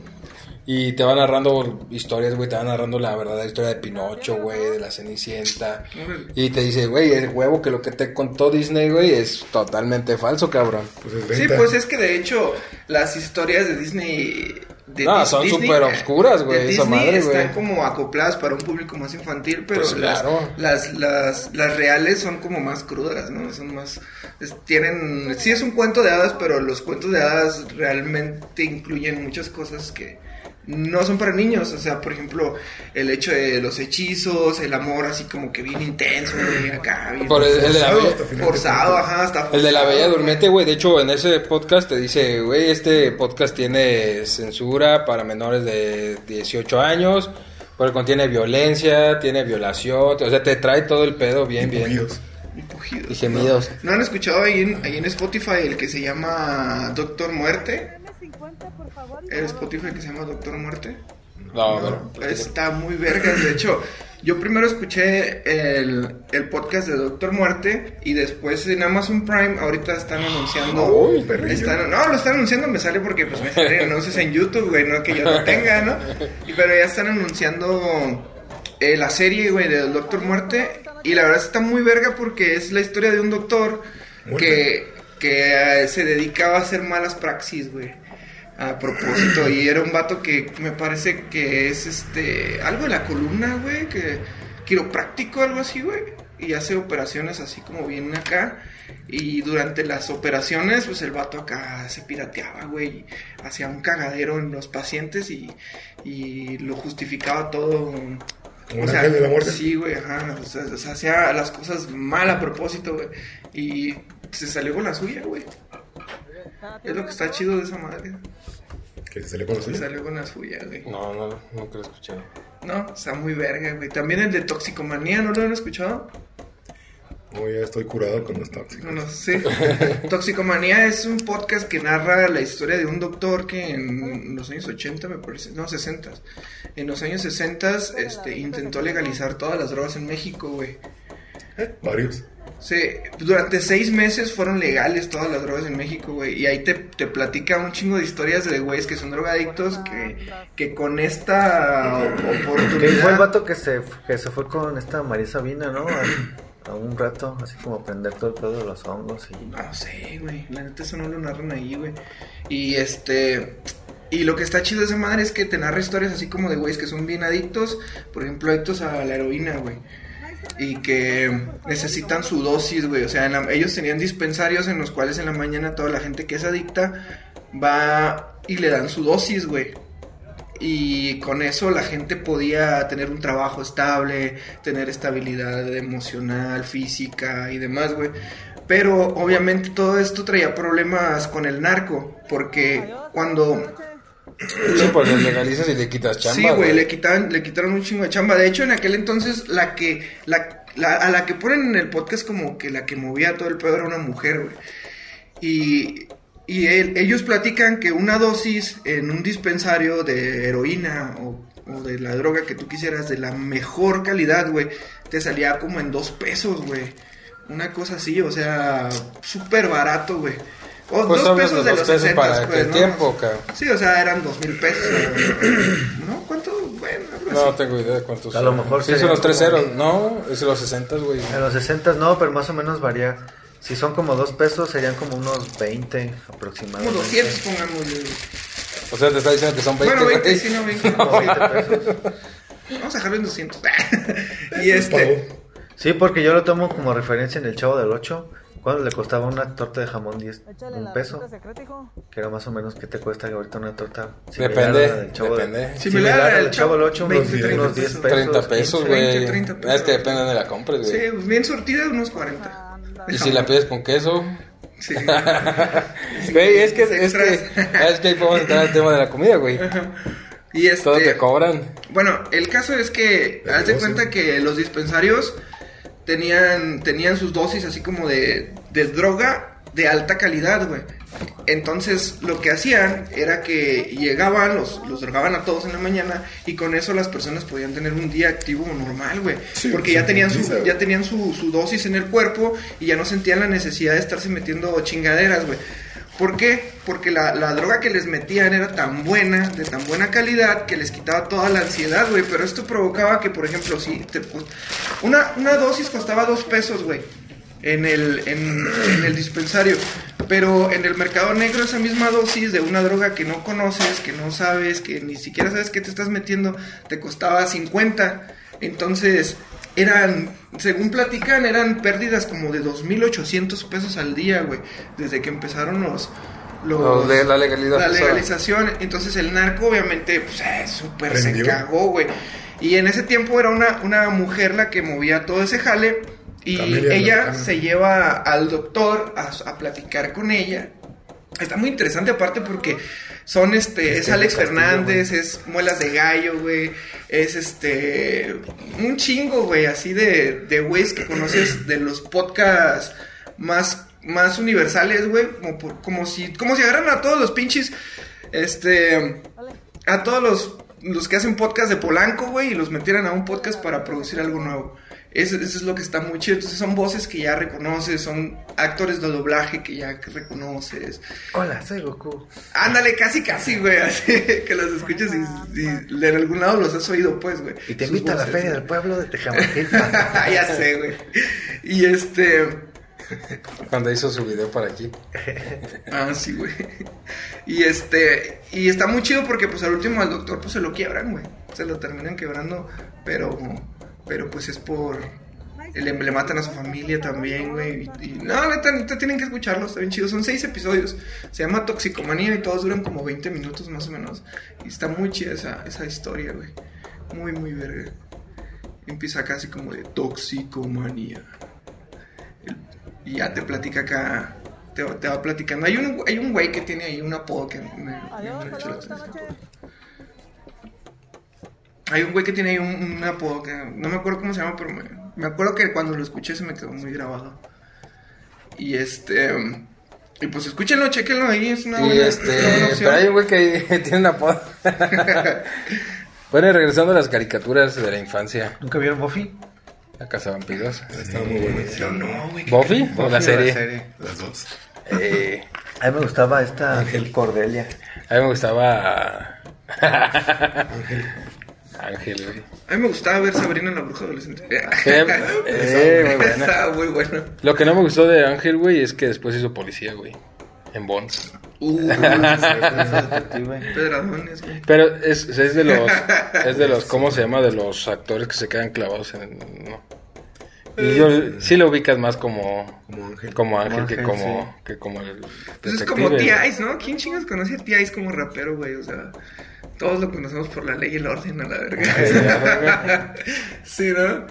Speaker 4: Y te van narrando historias, güey. Te van narrando la verdadera historia de Pinocho, güey. De la Cenicienta.
Speaker 2: Órale.
Speaker 4: Y te dice, güey, el huevo que lo que te contó Disney, güey, es totalmente falso, cabrón.
Speaker 5: Pues es
Speaker 2: Sí,
Speaker 5: venta.
Speaker 2: pues es que de hecho, las historias de Disney. De
Speaker 4: No,
Speaker 2: Dis-
Speaker 4: son
Speaker 2: Disney-
Speaker 4: súper obscuras, güey,
Speaker 2: de
Speaker 4: esa
Speaker 2: Disney
Speaker 4: madre, güey.
Speaker 2: Están como acopladas para un público más infantil, pero
Speaker 4: Pues
Speaker 2: las,
Speaker 4: claro.
Speaker 2: las, las, las reales son como más crudas, ¿no? Son más. es- tienen. Sí, es un cuento de hadas, pero los cuentos de hadas realmente incluyen muchas cosas que. No son para niños, o sea, por ejemplo, el hecho de los hechizos, el amor así como que bien intenso, bien acá, bien
Speaker 4: Por el- el de la
Speaker 5: Forzado
Speaker 4: bella-
Speaker 5: hasta final de
Speaker 2: forzado,
Speaker 5: cuentas.
Speaker 2: ajá, hasta
Speaker 4: El de la Bella
Speaker 2: forzado, güey.
Speaker 4: Durmiente, güey. De hecho, en ese podcast te dice, güey, este podcast tiene censura para menores de 18 años, porque contiene violencia, tiene violación, o sea, te trae todo el pedo bien, bien.
Speaker 5: Exvivios.
Speaker 2: Y pujidos.
Speaker 4: Y gemidos.
Speaker 2: ¿No han escuchado ahí en, ahí en Spotify el que se llama Doctor Muerte? El Spotify que se llama Doctor Muerte.
Speaker 4: No,
Speaker 2: No,
Speaker 4: pero-
Speaker 2: Pues está muy vergas. De hecho, yo primero escuché el, el podcast de Doctor Muerte y después en Amazon Prime ahorita están anunciando.
Speaker 4: Uy,
Speaker 5: perrillo.
Speaker 2: están- no, lo están anunciando, me sale porque pues me salen anuncios en YouTube, güey, no que yo no tenga, ¿no? Y, pero ya están anunciando eh, la serie, güey, de Doctor Muerte. Y la verdad está muy verga porque es la historia de un doctor
Speaker 5: Muerte.
Speaker 2: que, que eh, se dedicaba a hacer malas praxis, güey. A propósito, y era un vato que me parece que es este. Algo de la columna, güey, que. Quiropráctico, algo así, güey. Y hace operaciones así como bien acá. Y durante las operaciones, pues el vato acá se pirateaba, güey. Hacía un cagadero en los pacientes y, y lo justificaba todo.
Speaker 5: Como el ángel de la muerte.
Speaker 2: Sí, güey, ajá. O sea, o sea, hacía las cosas mal a propósito, güey. Y se salió con la suya, güey.
Speaker 1: Ah,
Speaker 2: Es lo que está chido de esa madre.
Speaker 5: Que se le conoce.
Speaker 2: Se salió con la suya, güey.
Speaker 4: No, no, nunca lo escuché.
Speaker 2: No, está muy verga, güey. También el de toxicomanía, ¿no lo han escuchado?
Speaker 5: Oh, ya estoy curado con los tóxicos.
Speaker 2: No, no sé. Toxicomanía es un podcast que narra la historia de un doctor que en los años 80, me parece, no, 60. En los años 60 este, intentó legalizar todas las drogas en México, güey.
Speaker 5: Varios.
Speaker 2: Sí, durante seis meses fueron legales todas las drogas en México, güey. Y ahí te, te platica un chingo de historias de güeyes que son drogadictos que, que con esta oportunidad...
Speaker 3: Que fue el vato que se, que se fue con esta María Sabina, ¿no? A, a un rato, así como aprender todo el pedo de los hongos y...
Speaker 2: Ah, No sé, güey. La neta, eso no lo narran ahí, güey. Y este. Y lo que está chido de esa madre es que te narra historias así como de güeyes que son bien adictos. Por ejemplo, adictos a la heroína, güey. y que necesitan su dosis, güey. O sea, en la- ellos tenían dispensarios en los cuales en la mañana toda la gente que es adicta va y le dan su dosis, güey. Y con eso la gente podía tener un trabajo estable, tener estabilidad emocional, física y demás, güey. Pero obviamente todo esto traía problemas con el narco, porque cuando
Speaker 4: Sí, pues los legalizas y le quitas chamba.
Speaker 2: sí, güey, le quitaban, le quitaron un chingo de chamba. De hecho, en aquel entonces, la que, la, la- a la que ponen en el podcast como que la que movía todo el pedo era una mujer, güey. Y, y el- ellos platican que una dosis en un dispensario de heroína o, o de la droga que tú quisieras, de la mejor calidad, güey, te salía como en dos pesos, güey. Una cosa así, o sea, súper barato, güey. O
Speaker 4: Pues
Speaker 2: dos
Speaker 4: hablas de
Speaker 2: pesos de
Speaker 4: dos
Speaker 2: los
Speaker 4: pesos
Speaker 2: 60,
Speaker 4: para
Speaker 2: pues,
Speaker 4: aquel
Speaker 2: ¿no?
Speaker 4: tiempo, cabrón.
Speaker 2: Sí, o sea, eran dos mil pesos. ¿No? ¿Cuánto? Bueno, algo
Speaker 4: No
Speaker 2: así.
Speaker 4: tengo idea de cuántos.
Speaker 3: A
Speaker 4: son.
Speaker 3: lo mejor
Speaker 4: Sí, son
Speaker 3: serían
Speaker 4: los tres
Speaker 3: como-
Speaker 4: ceros. No, es los 60, güey.
Speaker 3: En los 60 no, pero más o menos varía. Si son como dos pesos, serían como unos 20
Speaker 2: Como
Speaker 3: aproximadamente.
Speaker 2: 200, pongámosle.
Speaker 4: O sea, te está diciendo que son 20.
Speaker 2: Bueno, 20,
Speaker 4: güey.
Speaker 2: sí, no, 20.
Speaker 3: Como 20 pesos.
Speaker 2: Vamos a dejarlo en 200. y este.
Speaker 3: Sí, porque yo lo tomo como referencia en el Chavo del 8. Cuando le costaba una torta de jamón 10,
Speaker 6: Échale
Speaker 3: un
Speaker 6: la
Speaker 3: peso,
Speaker 6: receta secreta, hijo.
Speaker 3: que era más o menos que te cuesta ahorita una torta. similar a la
Speaker 4: Depende,
Speaker 3: del Chavo del-
Speaker 4: depende.
Speaker 3: Similar al Chavo del 8, unos
Speaker 2: 20,
Speaker 3: 10
Speaker 2: 30
Speaker 3: pesos.
Speaker 4: 30 pesos,
Speaker 2: 15,
Speaker 4: güey.
Speaker 2: 20, 30 pesos.
Speaker 4: Es que depende de la compra, güey.
Speaker 2: Sí, bien sortida, unos 40.
Speaker 4: Y si la pides con queso.
Speaker 2: Sí.
Speaker 4: Güey, es que,
Speaker 2: los
Speaker 4: es que, ah,
Speaker 2: extras.
Speaker 4: es que ahí podemos entrar al tema de la comida, güey.
Speaker 2: Y este.
Speaker 4: Todo te cobran.
Speaker 2: Bueno, el caso es que haz de cuenta que los dispensarios tenían, tenían sus dosis así como de, de droga de alta calidad, güey. Entonces lo que hacían era que llegaban, los, los drogaban a todos en la mañana y con eso las personas podían tener un día activo normal, güey.
Speaker 5: Sí,
Speaker 2: Porque
Speaker 5: sí,
Speaker 2: ya tenían, su,
Speaker 5: sí, sí.
Speaker 2: ya tenían su, su dosis en el cuerpo y ya no sentían la necesidad de estarse metiendo chingaderas, güey. ¿Por qué? Porque la, la droga que les metían era tan buena, de tan buena calidad, que les quitaba toda la ansiedad, güey. Pero esto provocaba que, por ejemplo, si te, pues, una, una dosis costaba dos pesos, güey, en el, en, en el dispensario. Pero en el mercado negro esa misma dosis de una droga que no conoces, que no sabes, que ni siquiera sabes qué te estás metiendo, te costaba 50. Entonces, eran, según platican, eran pérdidas como de 2.800 pesos al día, güey, desde que empezaron los...
Speaker 4: Los de la legalidad,
Speaker 2: La
Speaker 4: o sea.
Speaker 2: legalización. Entonces el narco, obviamente, pues, eh, súper se
Speaker 5: Prendió.
Speaker 2: cagó, güey. Y en ese tiempo era una, una mujer la que movía todo ese jale y
Speaker 5: Camelia
Speaker 2: ella
Speaker 5: Lozano.
Speaker 2: se lleva al doctor a, a platicar con ella. Está muy interesante aparte porque son este, es
Speaker 3: Este,
Speaker 2: Alex
Speaker 3: Castillo,
Speaker 2: Fernández,
Speaker 3: güey.
Speaker 2: es Muelas de Gallo, güey, es este, un chingo, güey, así de, de güeyes que conoces de los podcasts más, más universales, güey, como, por- como si, como si agarran a todos los pinches, este, a todos los, los que hacen podcast de Polanco, güey, y los metieran a un podcast para producir algo nuevo. Eso, eso es lo que está muy chido. Entonces son voces que ya reconoces, son actores de doblaje que ya reconoces.
Speaker 3: Hola, soy Goku.
Speaker 2: Ándale, casi, casi, güey. Así que los escuches y, y de algún lado los has oído, pues, güey.
Speaker 3: Y te
Speaker 2: Sus
Speaker 3: invito a la
Speaker 2: voces,
Speaker 3: feria
Speaker 2: güey.
Speaker 3: del pueblo de Tejamaquilpa.
Speaker 2: ya sé, güey. Y este.
Speaker 4: Cuando hizo su video para aquí.
Speaker 2: Ah, sí, güey. Y este, y está muy chido porque pues al último al doctor pues se lo quiebran, güey. Se lo terminan quebrando, pero pero pues es por le, le matan a su familia también, güey. Y, y- no, neta, neta, tienen que escucharlo, está bien chido. Son seis episodios. Se llama Toxicomanía y todos duran como 20 minutos más o menos. Y está muy chida esa, esa historia, güey. Muy, muy verga. Empieza casi como de toxicomanía. El- y ya te platica acá. Te, te va platicando. Hay un, hay un güey que tiene ahí un apodo que me, me
Speaker 6: Adiós,
Speaker 2: entra
Speaker 6: adiós,
Speaker 2: chido.
Speaker 6: esta noche.
Speaker 2: Hay un güey que tiene ahí un, un apodo que no me acuerdo cómo se llama, pero me, me acuerdo que cuando lo escuché se me quedó muy grabado. Y este. Y pues escúchenlo, chequenlo ahí. Es una
Speaker 4: y
Speaker 2: buena-
Speaker 4: este.
Speaker 2: una buena opción.
Speaker 4: Pero hay un güey que tiene una poda. bueno, y regresando a las caricaturas de la infancia.
Speaker 3: ¿Nunca vieron Buffy?
Speaker 4: La Casa Vampiros.
Speaker 5: Estaba muy buena.
Speaker 2: No, güey.
Speaker 4: ¿Buffy? ¿O la serie?
Speaker 5: Las dos.
Speaker 4: Eh,
Speaker 3: A mí me gustaba esta Cordelia.
Speaker 4: a mí me gustaba. Ángel, güey.
Speaker 2: A mí me gustaba ver Sabrina la bruja adolescente.
Speaker 4: Eh, eh, muy buena.
Speaker 2: Estaba muy bueno.
Speaker 4: Lo que no me gustó de Ángel, güey, es que después hizo policía, güey. En Bonds.
Speaker 2: Uh,
Speaker 3: Detective.
Speaker 2: pedradones, güey.
Speaker 4: Pero es, es de los. Es de los. ¿Cómo se llama? De los actores que se quedan clavados en. No. Y
Speaker 2: Eh,
Speaker 4: yo sí lo ubicas más como,
Speaker 5: Como Ángel.
Speaker 4: como Ángel que
Speaker 3: Ángel,
Speaker 4: como, que como el
Speaker 2: Pues es
Speaker 4: detective,
Speaker 2: como
Speaker 4: güey.
Speaker 2: T.I.s, ¿no? ¿Quién chingas conoce a T.I.s como rapero, güey? O sea, todos lo conocemos por la ley y el orden, a la verga. sí, ¿no?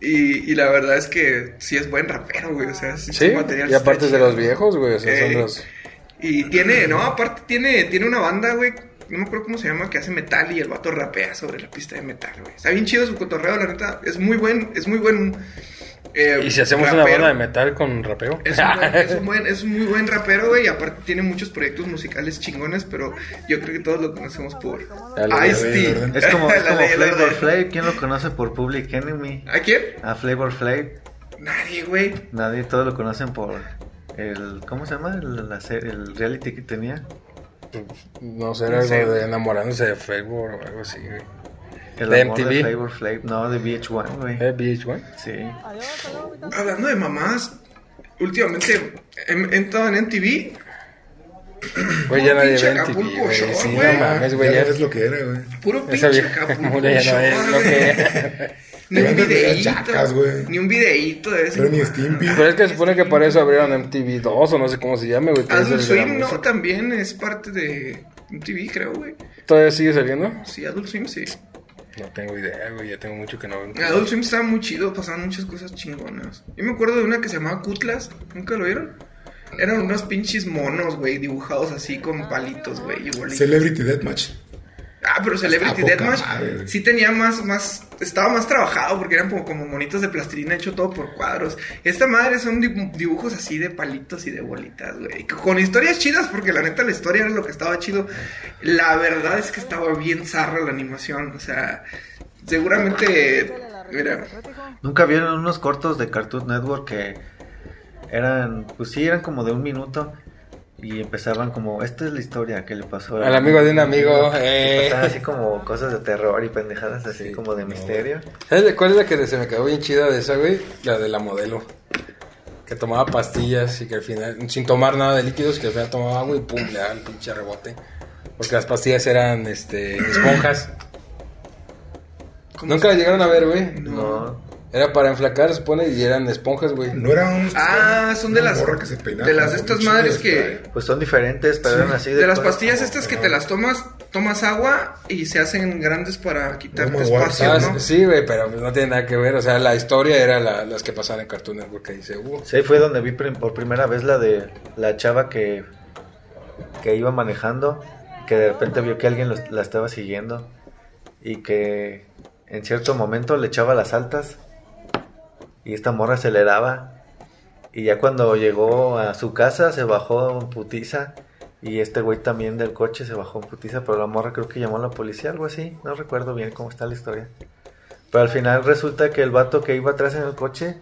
Speaker 2: Y, y la verdad es que sí es buen rapero, güey. O sea, sí,
Speaker 4: Sí,
Speaker 2: su material Eh,
Speaker 4: y
Speaker 2: está
Speaker 4: aparte es de
Speaker 2: chido.
Speaker 4: los viejos, güey, o sea,
Speaker 2: Ey.
Speaker 4: son los...
Speaker 2: Y tiene, no, aparte tiene, tiene una banda, güey. No me acuerdo cómo se llama, que hace metal y el vato rapea sobre la pista de metal, güey. Está bien chido su cotorreo, la neta. Es muy buen, es muy buen. eh,
Speaker 4: ¿Y si hacemos una
Speaker 2: rapero.
Speaker 4: banda de metal con rapeo?
Speaker 2: Es un, buen- es, un buen- es un muy buen rapero, güey. Y aparte tiene muchos proyectos musicales chingones, pero yo creo que todos lo conocemos por
Speaker 4: La ley,
Speaker 2: Ice
Speaker 5: la ley, la
Speaker 2: T.
Speaker 5: verdad.
Speaker 3: Es como, es como Flavor
Speaker 2: Flay.
Speaker 3: Flav. ¿Quién lo conoce por Public Enemy?
Speaker 2: ¿A quién?
Speaker 3: A Flavor Flav.
Speaker 2: Nadie, güey.
Speaker 3: Nadie, todos lo conocen por el. ¿Cómo se llama? El, la se- el reality que tenía.
Speaker 4: No sé, era
Speaker 2: No sé.
Speaker 4: algo de enamorándose de Facebook o algo así, güey.
Speaker 3: El
Speaker 4: De
Speaker 3: amor
Speaker 4: MTV.
Speaker 3: de Flavor Flav. No, de VH1, güey.
Speaker 4: ¿Eh, VH1?
Speaker 3: Sí.
Speaker 6: Adiós, adiós, ahorita.
Speaker 2: Hablando de mamás, últimamente he entrado en MTV.
Speaker 4: Güey, ya
Speaker 2: Un
Speaker 4: nadie
Speaker 2: pinche
Speaker 4: ve en TV,
Speaker 2: Acapulco
Speaker 4: güey.
Speaker 2: Shore,
Speaker 4: Sí,
Speaker 2: güey.
Speaker 4: no mames, güey, ya
Speaker 5: es Ah, lo que era, güey.
Speaker 2: Puro
Speaker 4: Esa
Speaker 2: pinche
Speaker 4: vieja
Speaker 2: Acapulco
Speaker 4: mula ya no es
Speaker 2: Shore,
Speaker 4: lo que
Speaker 2: güey. Ni un
Speaker 5: Antes veía
Speaker 2: videíto.
Speaker 5: Jackass, güey.
Speaker 2: Ni un videíto de eso.
Speaker 5: Pero ni Stimpy.
Speaker 4: Pero es que se supone que por eso abrieron MTV 2 o no sé cómo se llame, güey. que es el
Speaker 2: Adult
Speaker 4: de la
Speaker 2: Swim, no,
Speaker 4: música.
Speaker 2: también es parte de MTV, creo, güey.
Speaker 4: ¿Todavía sigue saliendo?
Speaker 2: Sí, Adult Swim, sí.
Speaker 4: No tengo idea, güey, ya tengo mucho que no veo.
Speaker 2: Adult Swim estaba muy chido, pasaban muchas cosas chingonas. Yo me acuerdo de una que se llamaba Cutlas, ¿nunca lo vieron? Eran unos pinches monos, güey, dibujados así con palitos, güey, y bolitas.
Speaker 5: Celebrity Deathmatch.
Speaker 2: Ah, pero Celebrity
Speaker 5: Está poca
Speaker 2: Deathmatch
Speaker 5: madre, güey.
Speaker 2: sí tenía más, más, estaba más trabajado porque eran como, como monitos de plastilina hecho todo por cuadros. Esta madre son dibu- dibujos así de palitos y de bolitas, güey. Con historias chidas porque la neta la historia era lo que estaba chido. La verdad es que estaba bien zarra la animación, o sea, seguramente, mira,
Speaker 3: Nunca vieron unos cortos de Cartoon Network que eran. Pues sí, eran como de un minuto. Y empezaban como. Esta es la historia que le pasó
Speaker 4: Al amigo de un amigo,
Speaker 3: Y
Speaker 4: eh.
Speaker 3: pasaban así como cosas de terror y pendejadas así
Speaker 4: Sí,
Speaker 3: como de
Speaker 4: no,
Speaker 3: misterio.
Speaker 4: ¿Sabes de cuál es la que se me quedó bien chida de esa, güey? La de la modelo. Que tomaba pastillas y que al final, sin tomar nada de líquidos, que al final tomaba agua y pum, le daba el pinche rebote. Porque las pastillas eran, este, esponjas.
Speaker 2: ¿cómo
Speaker 4: Nunca la llegaron a ver, güey.
Speaker 3: No.
Speaker 4: Era para enflacar, se supone, y eran esponjas, güey.
Speaker 5: No era un.
Speaker 2: Ah, son de
Speaker 5: una
Speaker 2: las-
Speaker 5: morra que se peinaba
Speaker 2: de las
Speaker 5: como
Speaker 2: estas
Speaker 5: un chingo
Speaker 2: madres
Speaker 5: de
Speaker 2: que-
Speaker 5: spray.
Speaker 3: Pues son diferentes, pero eran así.
Speaker 2: De las
Speaker 3: color-
Speaker 2: pastillas estas que te las tomas, tomas agua y se hacen grandes para quitarte
Speaker 5: Como guapas,
Speaker 2: espacio,
Speaker 4: Ah,
Speaker 2: ¿no?
Speaker 4: Sí, güey, pero no tiene nada que ver. O sea, la historia era la- las que pasaban en Cartoon Network. Que dice, uh,
Speaker 3: Sí, ahí fue donde vi prim- por primera vez la de la chava que, que iba manejando, que de repente vio que alguien los- la estaba siguiendo y que en cierto momento le echaba las altas y esta morra aceleraba y ya cuando llegó a su casa se bajó en putiza y este güey también del coche se bajó en putiza, pero la morra creo que llamó a la policía, algo así, no recuerdo bien cómo está la historia. Pero al final resulta que el vato que iba atrás en el coche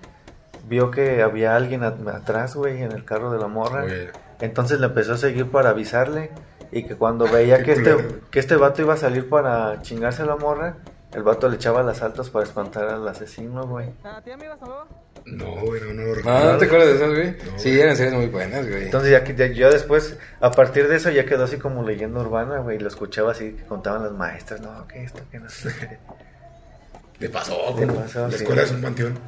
Speaker 3: vio que había alguien at- atrás, güey, en el carro de la morra.
Speaker 5: Güey.
Speaker 3: Entonces le empezó a seguir para avisarle y que cuando veía
Speaker 5: qué
Speaker 3: que este,
Speaker 5: culero.
Speaker 3: que este vato iba a salir para chingarse a la morra, el vato le echaba las altas para espantar al asesino, güey.
Speaker 1: Ah,
Speaker 6: ¿A ti, amigo, hasta luego?
Speaker 5: No, güey, no, no lo
Speaker 4: ah,
Speaker 5: recuerdo.
Speaker 4: ¿no te acuerdas de esas, güey?
Speaker 5: No,
Speaker 4: sí,
Speaker 5: güey.
Speaker 4: eran series muy buenas, güey.
Speaker 3: Entonces ya que ya- yo después, a partir de eso ya quedó así como leyenda urbana, güey, y lo escuchaba así, que contaban las maestras, no, que esto, que no sé. qué".
Speaker 5: Le pasó, güey.
Speaker 3: pasó,
Speaker 5: La
Speaker 3: sí.
Speaker 5: escuela es un panteón.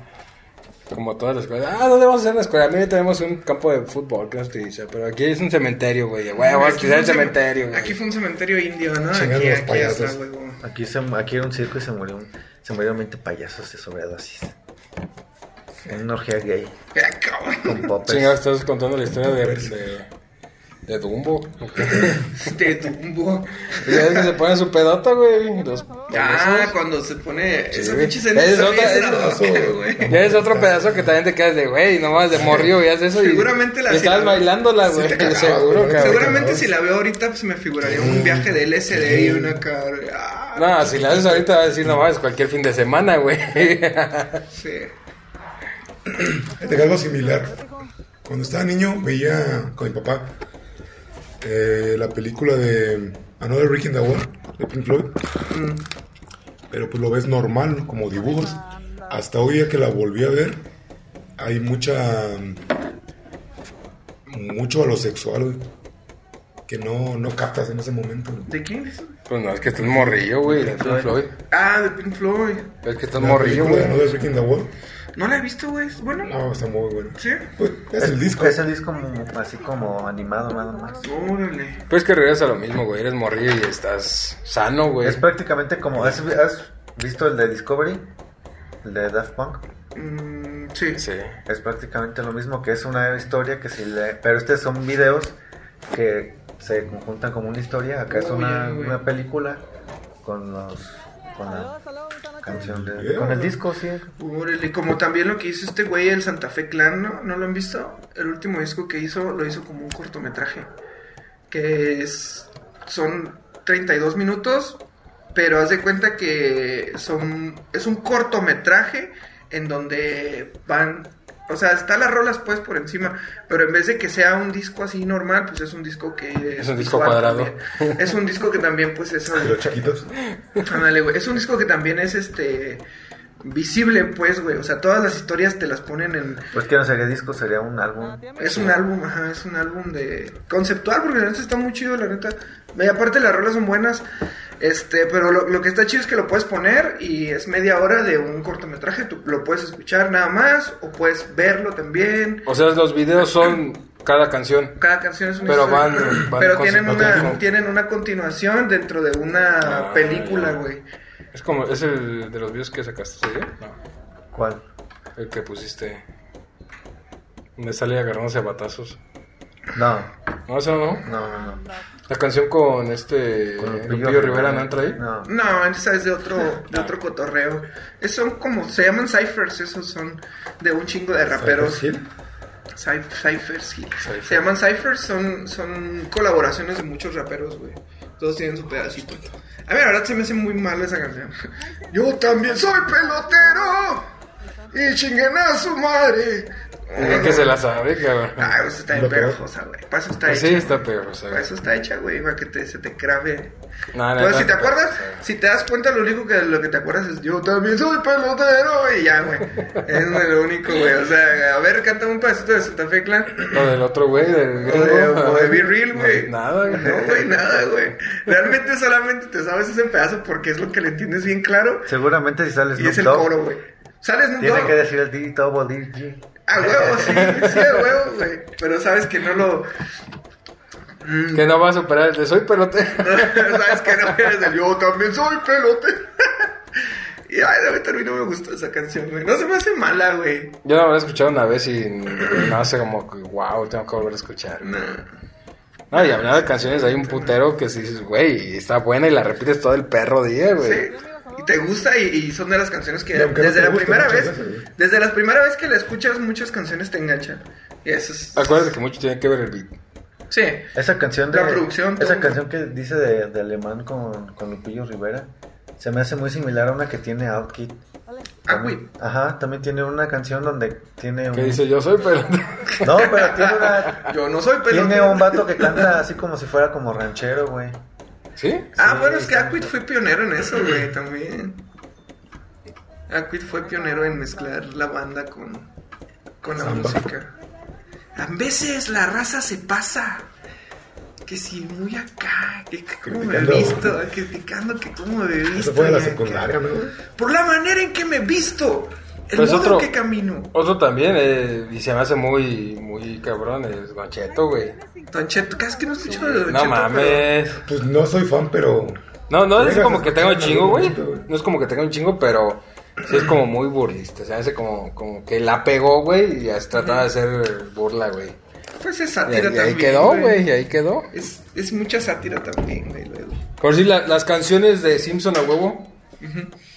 Speaker 4: Como todas las cosas. Ah, ¿dónde vamos a hacer una escuela? Mira, tenemos un campo de fútbol que no se utiliza. Pero aquí es un cementerio, güey. Güey, vamos a
Speaker 2: Aquí fue
Speaker 4: utilizar el
Speaker 2: un cemen-
Speaker 4: cementerio, güey.
Speaker 2: Aquí fue un cementerio indio, ¿no?
Speaker 5: Chingaron
Speaker 2: Aquí,
Speaker 5: los
Speaker 2: aquí
Speaker 5: payasos.
Speaker 2: está, huevo.
Speaker 3: Aquí, se, aquí era un circo y se murió un- se murieron 20 payasos de sobredosis. En una orgía gay,
Speaker 2: Ah, cabrón.
Speaker 3: con popes.
Speaker 4: Chingado, estás contando la historia de, de, de Dumbo.
Speaker 2: Te tumbo.
Speaker 4: Y ya es que se pone su pedota, güey. Los
Speaker 2: Ah,
Speaker 4: payasos.
Speaker 2: cuando se pone.
Speaker 4: Sí,
Speaker 2: Esa
Speaker 4: güey.
Speaker 2: pinche escena
Speaker 4: Es
Speaker 2: está
Speaker 4: otra-
Speaker 2: bien
Speaker 4: es
Speaker 2: zarra,
Speaker 5: otra-
Speaker 2: güey.
Speaker 4: Ya es otro pedazo que también te quedas de, güey, nomás de morrió y haces eso. Y,
Speaker 2: Seguramente la
Speaker 4: y estabas
Speaker 2: sí-
Speaker 4: bailándola,
Speaker 5: sí
Speaker 4: güey.
Speaker 5: te cagabas,
Speaker 4: seguro,
Speaker 5: güey.
Speaker 4: cabrón.
Speaker 2: Seguramente si la veo ahorita, pues me figuraría un viaje de LSD y una cara. Ah,
Speaker 4: No, si la haces ahorita vas a decir, no mames, cualquier fin de semana, güey. Pues
Speaker 2: sí.
Speaker 5: Fíjate que algo similar. Cuando estaba niño veía con mi papá eh, la película de Another Rick in the Wall de Pink Floyd. Pero pues lo ves normal, ¿no? como dibujos. Hasta hoy día que la volví a ver, hay mucha. mm, mucho a lo sexual, güey. que no, no captas en ese momento. güey.
Speaker 2: ¿De quién es?
Speaker 4: Pues no, es que está en morrillo, güey, de Pink Floyd.
Speaker 2: Ah, de Pink Floyd.
Speaker 4: Es que está en
Speaker 5: La
Speaker 4: morrillo,
Speaker 5: película de
Speaker 4: güey.
Speaker 5: Another Brick in the Wall.
Speaker 2: No la he visto, güey. ¿Es buena?
Speaker 5: No, está muy bueno.
Speaker 2: ¿Sí?
Speaker 5: Pues, es el disco.
Speaker 3: Es el disco mu- así como animado nada más.
Speaker 2: Órale.
Speaker 4: Pues que regresa lo mismo, güey. Eres morrillo y estás sano, güey.
Speaker 3: Es prácticamente como. ¿has, has visto el de Discovery? El de Daft Punk.
Speaker 2: Mm, sí.
Speaker 4: Sí.
Speaker 3: Es prácticamente lo mismo que es una historia que si le. Pero estos son videos que se conjuntan como una historia. Acá es
Speaker 2: Uy,
Speaker 3: una,
Speaker 2: güey.
Speaker 3: una película con los. con la canción de.
Speaker 5: Yeah.
Speaker 3: con el disco, sí.
Speaker 2: Órale, como también lo que hizo este güey, el Santa Fe Clan, ¿no? ¿No lo han visto? El último disco que hizo, lo hizo como un cortometraje. Que es. Son 32 minutos, pero haz de cuenta que son. Es un cortometraje en donde van. O sea, está las rolas pues por encima, pero en vez de que sea un disco así normal, pues es un disco que...
Speaker 4: Es un disco
Speaker 2: visual
Speaker 4: cuadrado.
Speaker 2: también. Es un disco que también pues es...
Speaker 5: De los chiquitos.
Speaker 2: Ándale, güey. Es un disco que también es este visible, pues, güey. O sea, todas las historias te las ponen en.
Speaker 3: Pues que no sería disco, sería un álbum.
Speaker 2: Es un álbum, ajá, es un álbum de. conceptual, porque la neta está muy chido, la neta. Y aparte las rolas son buenas. Este, pero lo, lo que está chido es que lo puedes poner y es media hora de un cortometraje. Tú lo puedes escuchar nada más, o puedes verlo también.
Speaker 4: O sea, los videos son cada canción.
Speaker 2: Cada canción es una
Speaker 4: Pero
Speaker 2: historia.
Speaker 4: van- van
Speaker 2: pero
Speaker 4: con-
Speaker 2: tienen
Speaker 4: ok,
Speaker 2: una,
Speaker 4: como-
Speaker 2: tienen una continuación dentro de una
Speaker 4: Ah,
Speaker 2: película,
Speaker 4: ya.
Speaker 2: güey.
Speaker 4: Es como, es el de los videos que sacaste ese día. No.
Speaker 3: ¿Cuál?
Speaker 4: El que pusiste. Donde sale agarrándose a batazos.
Speaker 3: No,
Speaker 4: No, eso no.
Speaker 3: no, no. no.
Speaker 4: La canción con este.
Speaker 3: Con
Speaker 4: Lupillo, Rivera, ¿no entra ahí?
Speaker 3: No.
Speaker 2: No, esa es de otro, de otro cotorreo. Es- son como, se llaman ciphers, esos son de un chingo de raperos.
Speaker 5: Cypress Hill.
Speaker 2: Cy- Cyphers, sí.
Speaker 4: Cyphers.
Speaker 2: Se llaman ciphers, son, son colaboraciones de muchos raperos, güey. Todos tienen su pedacito. A mí la verdad se me hace muy mal esa canción. Yo también soy pelotero y chinguen a su madre.
Speaker 4: Es Eh, que se la sabe, cabrón.
Speaker 2: Ah, pues está bien
Speaker 5: Lo peor.
Speaker 2: pegajosa, güey. Para eso está
Speaker 4: Pues
Speaker 2: hecha.
Speaker 4: sí, está peor, o sea.
Speaker 2: Para eso está hecha, güey, para que te, se te crave
Speaker 4: No, no,
Speaker 2: pues
Speaker 4: no,
Speaker 2: si te
Speaker 4: no,
Speaker 2: acuerdas,
Speaker 4: no.
Speaker 2: si te das cuenta, lo único que lo que te acuerdas es yo también soy pelotero y ya, güey. Es lo único, güey. O sea, a ver, canta un pedacito de Santa Fe Clan.
Speaker 4: Lo del otro güey, del
Speaker 2: O de,
Speaker 4: gringo.
Speaker 2: o de Be Real, güey.
Speaker 4: No, Nada, güey.
Speaker 2: No, güey, nada, güey. Realmente solamente te sabes ese pedazo porque es lo que le entiendes bien claro
Speaker 3: Seguramente si sales
Speaker 2: y es el coro, güey. Sales un
Speaker 3: tiene que decir el D, double D,
Speaker 2: A huevo, sí, sí, a huevo, güey. Pero sabes que no lo. Mm,
Speaker 4: Que no va a superar el de soy pelotero.
Speaker 2: ¿Sabes que No eres el yo también soy pelote. y ay, ahorita a mí no me gustó esa canción, güey. No se me hace mala, güey.
Speaker 4: Yo la habré escuchado una vez y no hace como que, wow, tengo que volver a escuchar.
Speaker 2: No.
Speaker 4: No, y hablando de canciones, hay un putero que sí dices, güey, está buena y la repites todo el perro día, güey.
Speaker 2: Sí. Y te gusta y, y son de las canciones que
Speaker 5: Y aunque no
Speaker 2: desde
Speaker 5: te
Speaker 2: la
Speaker 5: guste,
Speaker 2: primera
Speaker 5: muchas
Speaker 2: vez,
Speaker 5: veces, güey.
Speaker 2: desde la primera vez que la escuchas, muchas canciones te enganchan. Y eso es.
Speaker 4: Acuérdate que mucho tiene que ver el beat.
Speaker 2: Sí.
Speaker 3: Esa canción de.
Speaker 2: La producción,
Speaker 3: Esa
Speaker 2: todo.
Speaker 3: canción que dice de, de Alemán con, con Lupillo Rivera. Se me hace muy similar a una que tiene Outkid.
Speaker 2: Ah, güey.
Speaker 3: Ajá, también tiene una canción donde tiene un.
Speaker 4: Que dice, yo soy pelotero.
Speaker 3: No, pero tiene una.
Speaker 2: Yo no soy pelotero.
Speaker 3: tiene un vato que canta así como si fuera como ranchero, güey.
Speaker 4: ¿Sí?
Speaker 2: Ah,
Speaker 3: Sí,
Speaker 2: bueno, es que
Speaker 3: está-
Speaker 2: Aquit fue pionero en eso, güey, también. Aquit fue pionero en mezclar la banda con, con la
Speaker 5: Samba.
Speaker 2: música. A veces la raza se pasa. Que si muy acá, que cómo me he
Speaker 5: Criticando.
Speaker 2: visto, criticando que cómo me he visto.
Speaker 5: Eso fue en la
Speaker 2: ya, que-
Speaker 5: secundaria, ¿no?
Speaker 2: Por la manera en que me he visto, el
Speaker 4: Pues
Speaker 2: modo
Speaker 4: otro-
Speaker 2: en que camino.
Speaker 4: Otro también, eh, y se me hace muy, muy cabrón, es Mancheto, güey.
Speaker 2: Don Cheto, casi que no he escuchado de Don
Speaker 4: No
Speaker 2: Cheto, pero-
Speaker 4: mames.
Speaker 5: Pues no soy fan, pero.
Speaker 4: No, no es
Speaker 5: Llegas
Speaker 4: como
Speaker 5: a
Speaker 4: que tenga un
Speaker 5: escuchar
Speaker 4: chingo,
Speaker 5: algún
Speaker 4: güey.
Speaker 5: momento, güey.
Speaker 4: No es como que tenga un chingo, pero sí es como muy burlista. O sea, hace como, como que la pegó, güey, y ya se trataba de hacer burla, güey.
Speaker 2: Pues es
Speaker 4: Y, ahí-
Speaker 2: sátira
Speaker 4: y ahí
Speaker 2: también.
Speaker 4: quedó, güey, y ahí quedó.
Speaker 2: Es, es mucha sátira también, güey, luego.
Speaker 4: Por si la- las canciones de Simpson a huevo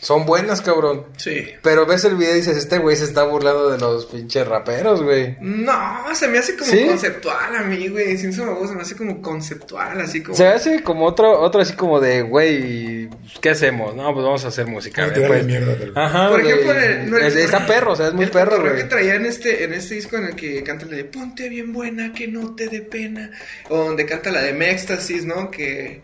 Speaker 4: son buenas, cabrón.
Speaker 2: Sí.
Speaker 4: Pero ves el video y dices, este güey se está burlando de los pinches raperos, güey.
Speaker 2: No, se me hace como
Speaker 4: ¿Sí?
Speaker 2: conceptual a mí, güey. Sin su voz, se me hace como conceptual, así como.
Speaker 4: Se hace como otro, otro así como de, güey, ¿qué hacemos? No, pues vamos a hacer música.
Speaker 5: Ah,
Speaker 4: güey,
Speaker 5: tirarle
Speaker 4: pues.
Speaker 5: mierda, tal vez.
Speaker 4: Ajá,
Speaker 2: Por
Speaker 4: güey.
Speaker 2: ejemplo, el- no, el-
Speaker 4: Es- está perro, o sea, es muy
Speaker 2: el
Speaker 4: perro,
Speaker 2: cotorreo
Speaker 4: güey.
Speaker 2: que traía en este, en este disco en el que canta la de Ponte bien buena, que no te dé pena. O donde canta la de Mextasis, ¿no? Que,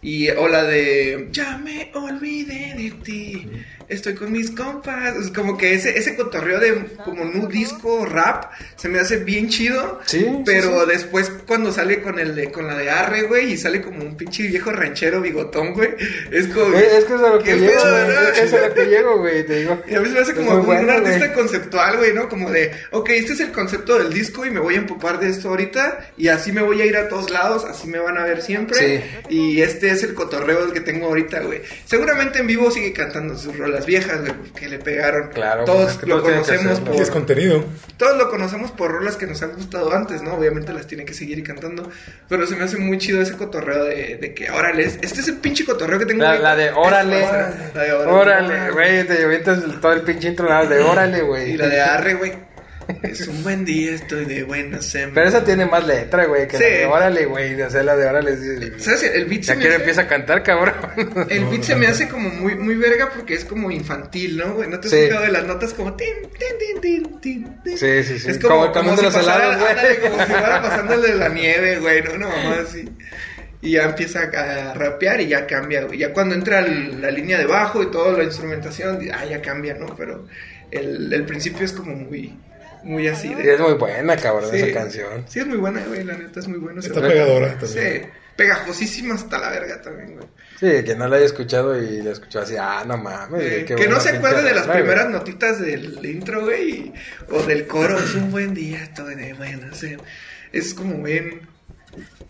Speaker 2: Y, o la de, ya me olvidé de ti, estoy con mis compas. Es como que ese, ese cotorreo de como nu disco rap se me hace bien chido.
Speaker 4: Sí, sí,
Speaker 2: Pero después cuando sale con el de, con la de Arre, güey, y sale como un pinche viejo ranchero bigotón, güey. Es como...
Speaker 4: Güey, Es que es a lo que
Speaker 2: ¿Qué
Speaker 4: llego,
Speaker 2: pedo,
Speaker 4: güey.
Speaker 2: no?
Speaker 4: Es a lo que llego, güey, te digo.
Speaker 2: Y a mí se me hace
Speaker 4: Es
Speaker 2: como
Speaker 4: muy
Speaker 2: un
Speaker 4: bueno,
Speaker 2: artista
Speaker 4: güey.
Speaker 2: conceptual, güey, ¿no? Como de, ok, este es el concepto del disco y me voy a empopar de esto ahorita y así me voy a ir a todos lados, así me van a ver siempre. Y este es el cotorreo del que tengo ahorita, güey. Seguramente en vivo sigue cantando sus rolas viejas, güey, que le pegaron.
Speaker 4: Claro, pues,
Speaker 2: todos
Speaker 4: es que
Speaker 2: lo
Speaker 4: todos tienen que
Speaker 2: conocemos
Speaker 4: hacerlo.
Speaker 5: Y es
Speaker 2: por...
Speaker 5: contenido.
Speaker 2: Todos lo conocemos por rolas que nos han gustado antes, ¿no? Obviamente las tiene que seguir cantando, pero se me hace muy chido ese cotorreo de, de que, órale, este es el pinche cotorreo que tengo.
Speaker 4: La,
Speaker 2: ahorita.
Speaker 4: la de órale,
Speaker 2: La de
Speaker 4: órale, güey, te avientas el- todo el pinche intro, la de órale, güey.
Speaker 2: Y la de arre, güey. Es un buen día, estoy de buena semana.
Speaker 4: Pero esa tiene más letra, güey, que la
Speaker 2: Sí.
Speaker 4: de órale, güey, de hacer la de órale. sí.
Speaker 2: ¿Sabes? El beat se
Speaker 4: Ya
Speaker 2: me
Speaker 4: quiero
Speaker 2: hace...
Speaker 4: empieza a cantar, cabrón.
Speaker 2: El beat se me hace como muy, muy verga porque es como infantil, ¿no, güey? ¿No te has
Speaker 4: Sí.
Speaker 2: fijado de las notas como... tin, tin, tin, tin, tin, tin?
Speaker 4: Sí, sí, sí.
Speaker 2: Es como,
Speaker 4: Como
Speaker 2: como
Speaker 4: el camión de
Speaker 2: si
Speaker 4: los
Speaker 2: pasara-
Speaker 4: helados, güey.
Speaker 2: ándale, Como si fuera pasándole la nieve, güey, ¿no? Una mamá así. Y ya empieza a rapear y ya cambia, güey. Ya cuando entra el- la línea de bajo y toda la instrumentación, ah, ya cambia, ¿no? Pero el, el principio es como muy... Muy así de...
Speaker 4: Y es muy buena, cabrón,
Speaker 2: Sí.
Speaker 4: esa canción.
Speaker 2: Sí, es muy buena, güey, la neta, es muy buena.
Speaker 5: Está pegadora
Speaker 2: Sí,
Speaker 5: también.
Speaker 2: pegajosísima hasta la verga también, güey.
Speaker 4: Sí, que no la haya escuchado y la escuchó así, ah, no mames.
Speaker 2: Eh,
Speaker 4: qué
Speaker 2: que
Speaker 4: buena
Speaker 2: no se
Speaker 4: pinche
Speaker 2: acuerde de las
Speaker 4: rola, güey.
Speaker 2: primeras notitas del intro, güey, y- o del coro. Es un buen día, estoy de buena, sí. Es como bien...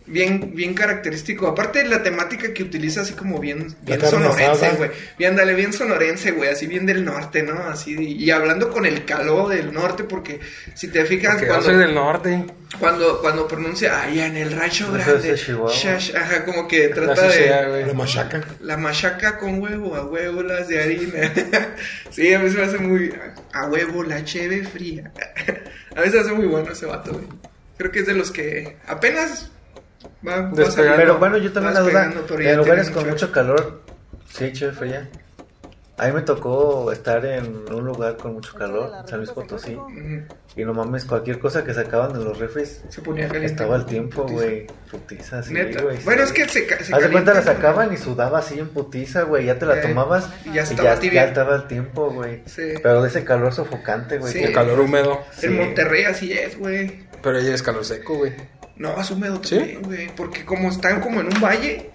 Speaker 2: Bien, bien característico. Aparte la temática que utiliza así como bien, bien
Speaker 5: carne
Speaker 2: sonorense,
Speaker 5: asada.
Speaker 2: güey. Bien, dale, bien sonorense, güey. Así bien del norte, ¿no? Así. de- Y hablando con el calor del norte, porque si te fijas,
Speaker 4: Porque yo
Speaker 2: cuando,
Speaker 4: soy del norte.
Speaker 2: Cuando, cuando pronuncia allá en el rancho
Speaker 3: Eso es
Speaker 2: grande,
Speaker 3: de Chihuahua.
Speaker 2: shash, ajá, como que trata
Speaker 4: Así sea,
Speaker 2: de
Speaker 4: güey.
Speaker 5: La machaca.
Speaker 2: la machaca con huevo, a huevo las de harina. sí, a mí se me hace muy a huevo la cheve fría. a mí se me hace muy bueno ese vato, güey. Creo que es de los que apenas va va
Speaker 4: Despegando.
Speaker 2: saliendo,
Speaker 3: Pero bueno, yo también
Speaker 2: va
Speaker 3: la duda.
Speaker 2: despegando, pero ya
Speaker 3: En lugares
Speaker 2: tiene
Speaker 3: con mucho calor, sí, chévere fría. A mí me tocó estar en un lugar con mucho calor, San Luis Potosí.
Speaker 2: Ujú,
Speaker 3: Y no mames, cualquier cosa que sacaban de los refres
Speaker 2: Se ponía caliente.
Speaker 3: estaba al tiempo,
Speaker 2: Putiza.
Speaker 3: güey. Putiza, sí,
Speaker 2: Neta.
Speaker 3: güey.
Speaker 2: bueno, es
Speaker 3: sí.
Speaker 2: que se, ca- se
Speaker 3: Haz de cuenta la
Speaker 2: calienta.
Speaker 3: sacaban y sudaba así en putiza, güey. Ya te la
Speaker 2: Eh,
Speaker 3: tomabas
Speaker 2: y ya estaba tibia.
Speaker 3: estaba el tiempo, güey.
Speaker 2: Sí.
Speaker 3: Pero de ese calor sofocante, güey.
Speaker 2: Sí.
Speaker 3: que-
Speaker 4: El calor húmedo.
Speaker 2: En
Speaker 3: Sí.
Speaker 2: Monterrey así es, güey.
Speaker 4: Pero ella es calor seco, güey.
Speaker 2: No, es húmedo
Speaker 4: ¿Sí?
Speaker 2: también, güey. Porque como están como en un valle,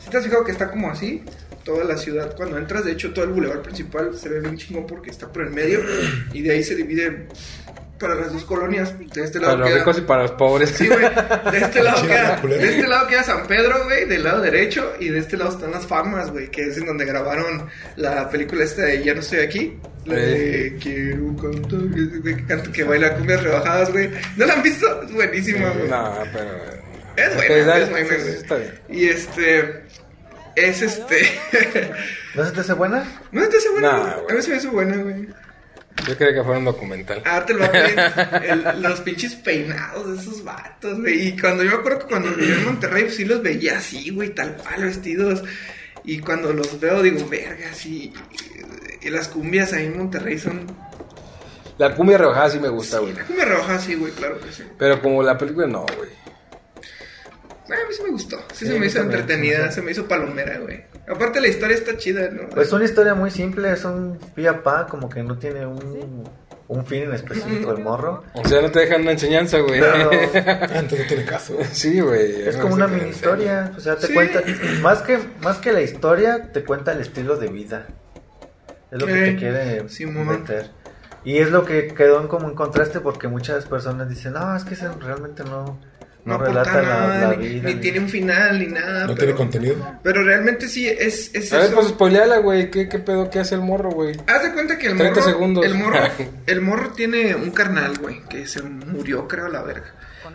Speaker 2: si te has fijado que está como así? Toda la ciudad, cuando entras, de hecho, todo el bulevar principal se ve bien chingón porque está por el medio y de ahí se divide para las dos colonias. De este
Speaker 4: Para
Speaker 2: lado
Speaker 4: los
Speaker 2: queda.
Speaker 4: ricos y para los pobres.
Speaker 2: Sí, güey. De este lado
Speaker 5: Chingada
Speaker 2: queda.
Speaker 5: culera.
Speaker 2: De este lado queda San Pedro, güey, del lado derecho. Y de este lado están las famas, güey, que es en donde grabaron la película esta de Ya no estoy aquí. La
Speaker 4: Eh.
Speaker 2: de Quiero cantar, güey, que canta- que baila cumbias rebajadas, güey. ¿No la han visto? Es buenísima, güey.
Speaker 4: Eh, No, pero.
Speaker 2: Es buena,
Speaker 4: Pero,
Speaker 2: es buena,
Speaker 4: sí,
Speaker 2: güey.
Speaker 4: sí, está bien.
Speaker 2: Y este. Es este.
Speaker 3: ¿No se te hace buena?
Speaker 2: ¿No te hace buena?
Speaker 4: Nah,
Speaker 2: güey?
Speaker 4: güey.
Speaker 2: a mí se me hace buena, güey.
Speaker 4: Yo creía que fuera un documental.
Speaker 2: Ah, te lo aprenden los pinches peinados de esos vatos, güey. Y cuando yo me acuerdo que cuando vivía en Monterrey, pues, sí los veía así, güey, tal cual, vestidos. Y cuando los veo, digo, vergas, y, y las cumbias ahí en Monterrey son.
Speaker 4: La cumbia rebajada sí me gusta, güey.
Speaker 2: La cumbia roja, sí, güey, claro que sí.
Speaker 4: Pero como la película, no, güey.
Speaker 2: Ah, a mí sí me gustó. Sí,
Speaker 3: Sí,
Speaker 2: se
Speaker 3: a mí
Speaker 2: me hizo
Speaker 3: también.
Speaker 2: entretenida, se me hizo palomera, güey. Aparte, la historia está chida, ¿no?
Speaker 3: Pues una historia muy simple, es un pía pa, como que no tiene un, un fin en específico el morro.
Speaker 4: O sea, no te dejan una enseñanza, güey.
Speaker 3: Pero
Speaker 5: Ah, entonces no tiene caso.
Speaker 4: Sí, güey.
Speaker 3: es como una mini historia, o sea, te
Speaker 2: Sí.
Speaker 3: cuenta, más que, más que la historia, te cuenta el estilo de vida. Es lo que
Speaker 2: Eh,
Speaker 3: te quiere
Speaker 2: Simón.
Speaker 3: meter. Y es lo que quedó en como un contraste porque muchas personas dicen, no, es que ese realmente no, no,
Speaker 2: no aporta
Speaker 3: relata la,
Speaker 2: nada,
Speaker 3: la
Speaker 2: ni,
Speaker 3: vida.
Speaker 2: ni
Speaker 3: ni-
Speaker 2: tiene un final, ni nada.
Speaker 5: No
Speaker 2: pero,
Speaker 5: tiene contenido.
Speaker 2: pero realmente sí, es, es
Speaker 4: A ver,
Speaker 2: eso.
Speaker 4: pues spoileala, güey. ¿Qué, ¿Qué pedo? ¿Qué hace el morro, güey?
Speaker 2: Haz de cuenta que el
Speaker 4: 30
Speaker 2: morro,
Speaker 4: segundos.
Speaker 2: el morro, el morro tiene un carnal, güey, que se murió, creo, la verga.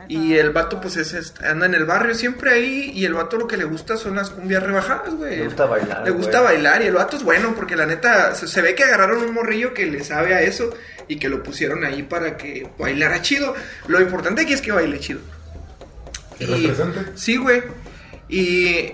Speaker 2: Y el vato, pues, es, es- anda en el barrio siempre ahí, y el vato lo que le gusta son las cumbias rebajadas, güey.
Speaker 3: Le gusta bailar,
Speaker 2: Le gusta
Speaker 3: güey.
Speaker 2: bailar, y el vato es bueno, porque la neta, se, se ve que agarraron un morrillo que le sabe a eso, y que lo pusieron ahí para que bailara chido. Lo importante aquí es que baile chido.
Speaker 5: ¿Que represente?
Speaker 2: Sí, güey. Y,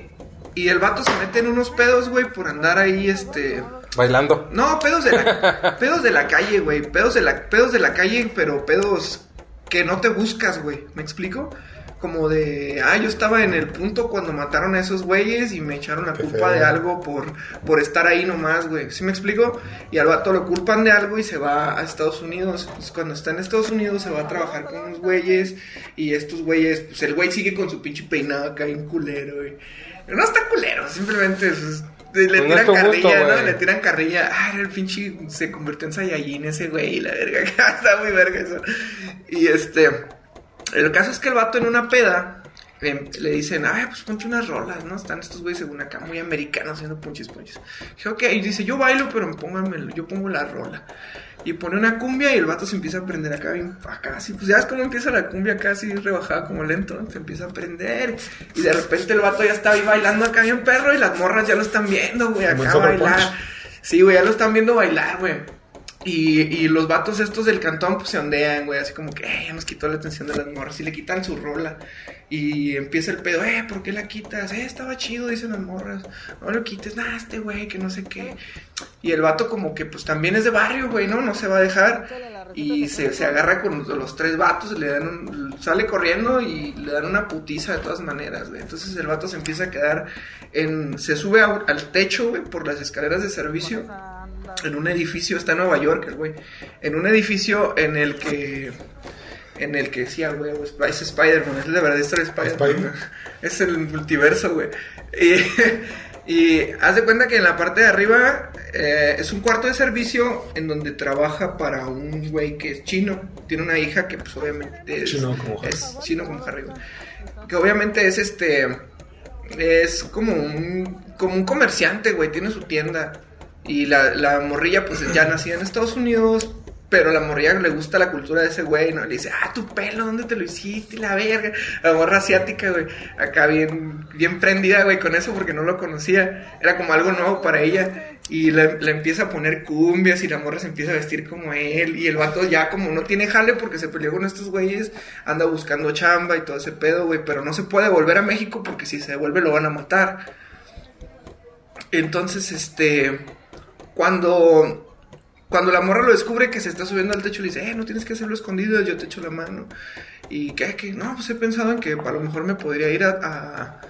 Speaker 2: y el vato se mete en unos pedos, güey, por andar ahí, este...
Speaker 4: Bailando.
Speaker 2: No, pedos de la, pedos de la calle, güey. Pedos de la, pedos de la calle, pero pedos que no te buscas, güey. ¿Me explico? como de, ah, yo estaba en el punto cuando mataron a esos güeyes y me echaron la
Speaker 5: Qué
Speaker 2: culpa
Speaker 5: feo.
Speaker 2: de algo por, por estar ahí nomás, güey. ¿Sí me explico? Y al vato lo culpan de algo y se va a Estados Unidos. Entonces, cuando está en Estados Unidos se va a trabajar con unos güeyes y estos güeyes, pues el güey sigue con su pinche peinado acá bien culero, güey. No está culero, simplemente es- es- le
Speaker 4: Pues no
Speaker 2: tiran
Speaker 4: es tu gusto,
Speaker 2: carrilla, ¿no?
Speaker 4: güey.
Speaker 2: Le tiran carrilla. Ah, era el pinche se convirtió en Saiyajin ese güey, la verga. está muy verga eso. Y este. El caso es que el vato en una peda em, le dicen, ay, pues ponte unas rolas, ¿no? Están estos güeyes según acá, muy americanos haciendo punches, punches. Dije, ok, y dice, yo bailo, pero pónganme, yo pongo la rola. Y pone una cumbia y el vato se empieza a aprender acá bien, acá así, pues ya ves cómo empieza la cumbia casi rebajada como lento, ¿no? se empieza a aprender y de repente el vato ya está ahí bailando acá bien perro y las morras ya lo están viendo, güey, acá
Speaker 5: Como el Summer
Speaker 2: bailar.
Speaker 5: Punch.
Speaker 2: Sí, güey, ya lo están viendo bailar, güey. Y, y los vatos estos del cantón pues se ondean, güey, así como que "Eh, ya nos quitó la atención de las morras y le quitan su rola. Y empieza el pedo, eh, ¿por qué la quitas? Eh, estaba chido, dicen las morras. No lo quites, nada, este güey, que no sé qué. Y el vato como que pues también es de barrio, güey, ¿no? No se va a dejar. Y se, se agarra con los- los tres vatos, le dan un- sale corriendo y le dan una putiza de todas maneras, güey. Entonces el vato se empieza a quedar en... Se sube a- al techo, güey, por las escaleras de servicio en un edificio, está en Nueva York, el güey, en un edificio en el que, en el que decía, güey, es es Spider-Man, es la verdadera historia de Spider-Man,
Speaker 5: ¿Spider-Man?
Speaker 2: es el multiverso, güey, y, y haz de cuenta que en la parte de arriba eh, es un cuarto de servicio en donde trabaja para un güey que es chino, tiene una hija que pues obviamente es
Speaker 5: Chino como Harry.
Speaker 2: es chino como Harry, güey que obviamente es este es como un como un comerciante, güey, tiene su tienda y la, la morrilla pues ya nacida en Estados Unidos, pero la morrilla le gusta la cultura de ese güey, no le dice, "Ah, tu pelo, ¿dónde te lo hiciste? La verga." La morra asiática, güey, acá bien bien prendida, güey, con eso porque no lo conocía, era como algo nuevo para ella. Y le, le empieza a poner cumbias y la morra se empieza a vestir como él. Y el vato ya como no tiene jale porque se peleó con estos güeyes, anda buscando chamba y todo ese pedo, güey. Pero no se puede volver a México porque si se devuelve lo van a matar. Entonces, este, cuando... Cuando la morra lo descubre que se está subiendo al techo, le dice, eh, no tienes que hacerlo escondido, yo te echo la mano. Y que, que, no, pues he pensado en que a lo mejor me podría ir a, a,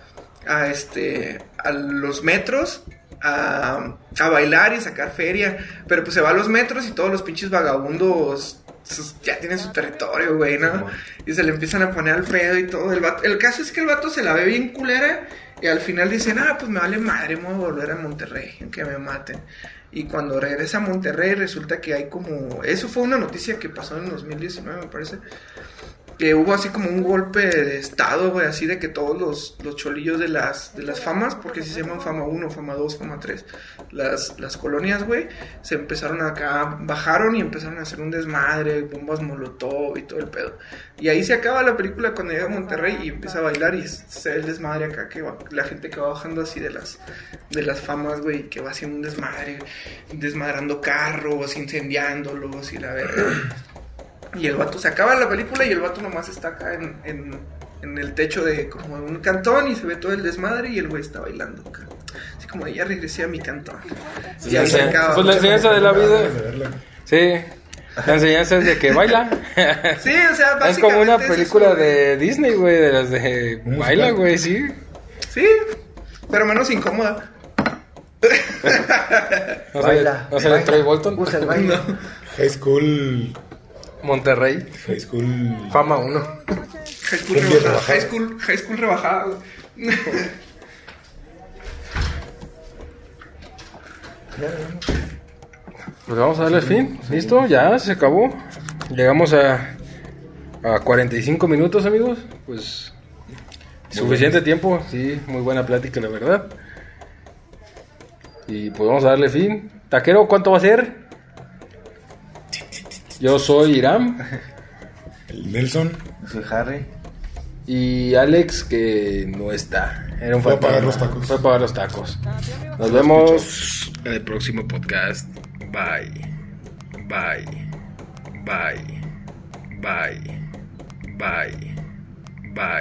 Speaker 2: a, este, a los metros a, a bailar y sacar feria. Pero pues se va a los metros y todos los pinches vagabundos sus- ya tienen su territorio, güey, ¿no? Y se le empiezan a poner al pedo y todo. El, vato- el caso es que el vato se la ve bien culera y al final dicen, ah, pues me vale madre, me voy a volver a Monterrey, que me maten. Y cuando regresa a Monterrey resulta que hay como... Eso fue una noticia que pasó en 2019, me parece que hubo así como un golpe de estado, güey, así de que todos los, los cholillos de las, de las famas, porque si se llaman fama 1, fama 2, fama 3, las, las colonias, güey, se empezaron acá, bajaron y empezaron a hacer un desmadre, bombas molotov y todo el pedo. Y ahí se acaba la película cuando llega a Monterrey y empieza a bailar y se ve el desmadre acá, que va- la gente que va bajando así de las, de las famas, güey, que va haciendo un desmadre, desmadrando carros, incendiándolos y la verga. Y el vato se acaba la película y el vato nomás está acá en, en, en el techo de como un cantón y se ve todo el desmadre y el güey está bailando acá. Así como ya regresé a mi cantón. Y ahí se
Speaker 4: Ya sé.
Speaker 2: acaba.
Speaker 4: Pues la enseñanza de la vida.
Speaker 5: Dale, verla.
Speaker 4: Sí. La enseñanza es de que baila.
Speaker 2: Sí, o sea, básicamente
Speaker 4: Es como una
Speaker 2: eso,
Speaker 4: película
Speaker 2: güey.
Speaker 4: de Disney, güey, de las de
Speaker 5: Un
Speaker 4: baila,
Speaker 5: musical.
Speaker 4: güey, sí.
Speaker 2: Sí, pero menos incómoda.
Speaker 4: No sé,
Speaker 3: Baila.
Speaker 4: no sé,
Speaker 3: baila,
Speaker 4: Troy Bolton.
Speaker 3: Usa el baile.
Speaker 5: High School.
Speaker 4: Monterrey,
Speaker 5: High School.
Speaker 4: fama 1.
Speaker 2: High school
Speaker 5: Cumbia
Speaker 2: rebajada.
Speaker 5: rebajada.
Speaker 2: High school, high school rebajada. güey.
Speaker 4: Pues vamos a darle fin. ¿Listo? Ya se acabó. Llegamos a, a 45 minutos, amigos. Pues suficiente tiempo. Sí, muy buena plática, la verdad. Y pues vamos a darle fin. Taquero, ¿cuánto va a ser? Yo soy Iram.
Speaker 5: El Nelson.
Speaker 3: Soy Harry.
Speaker 4: Y Alex, que no está. Era un
Speaker 5: Fue a
Speaker 4: fantasma.
Speaker 5: pagar los tacos.
Speaker 4: Fue a pagar los tacos. Nos vemos en el próximo podcast. Bye. Bye. Bye. Bye. Bye. Bye.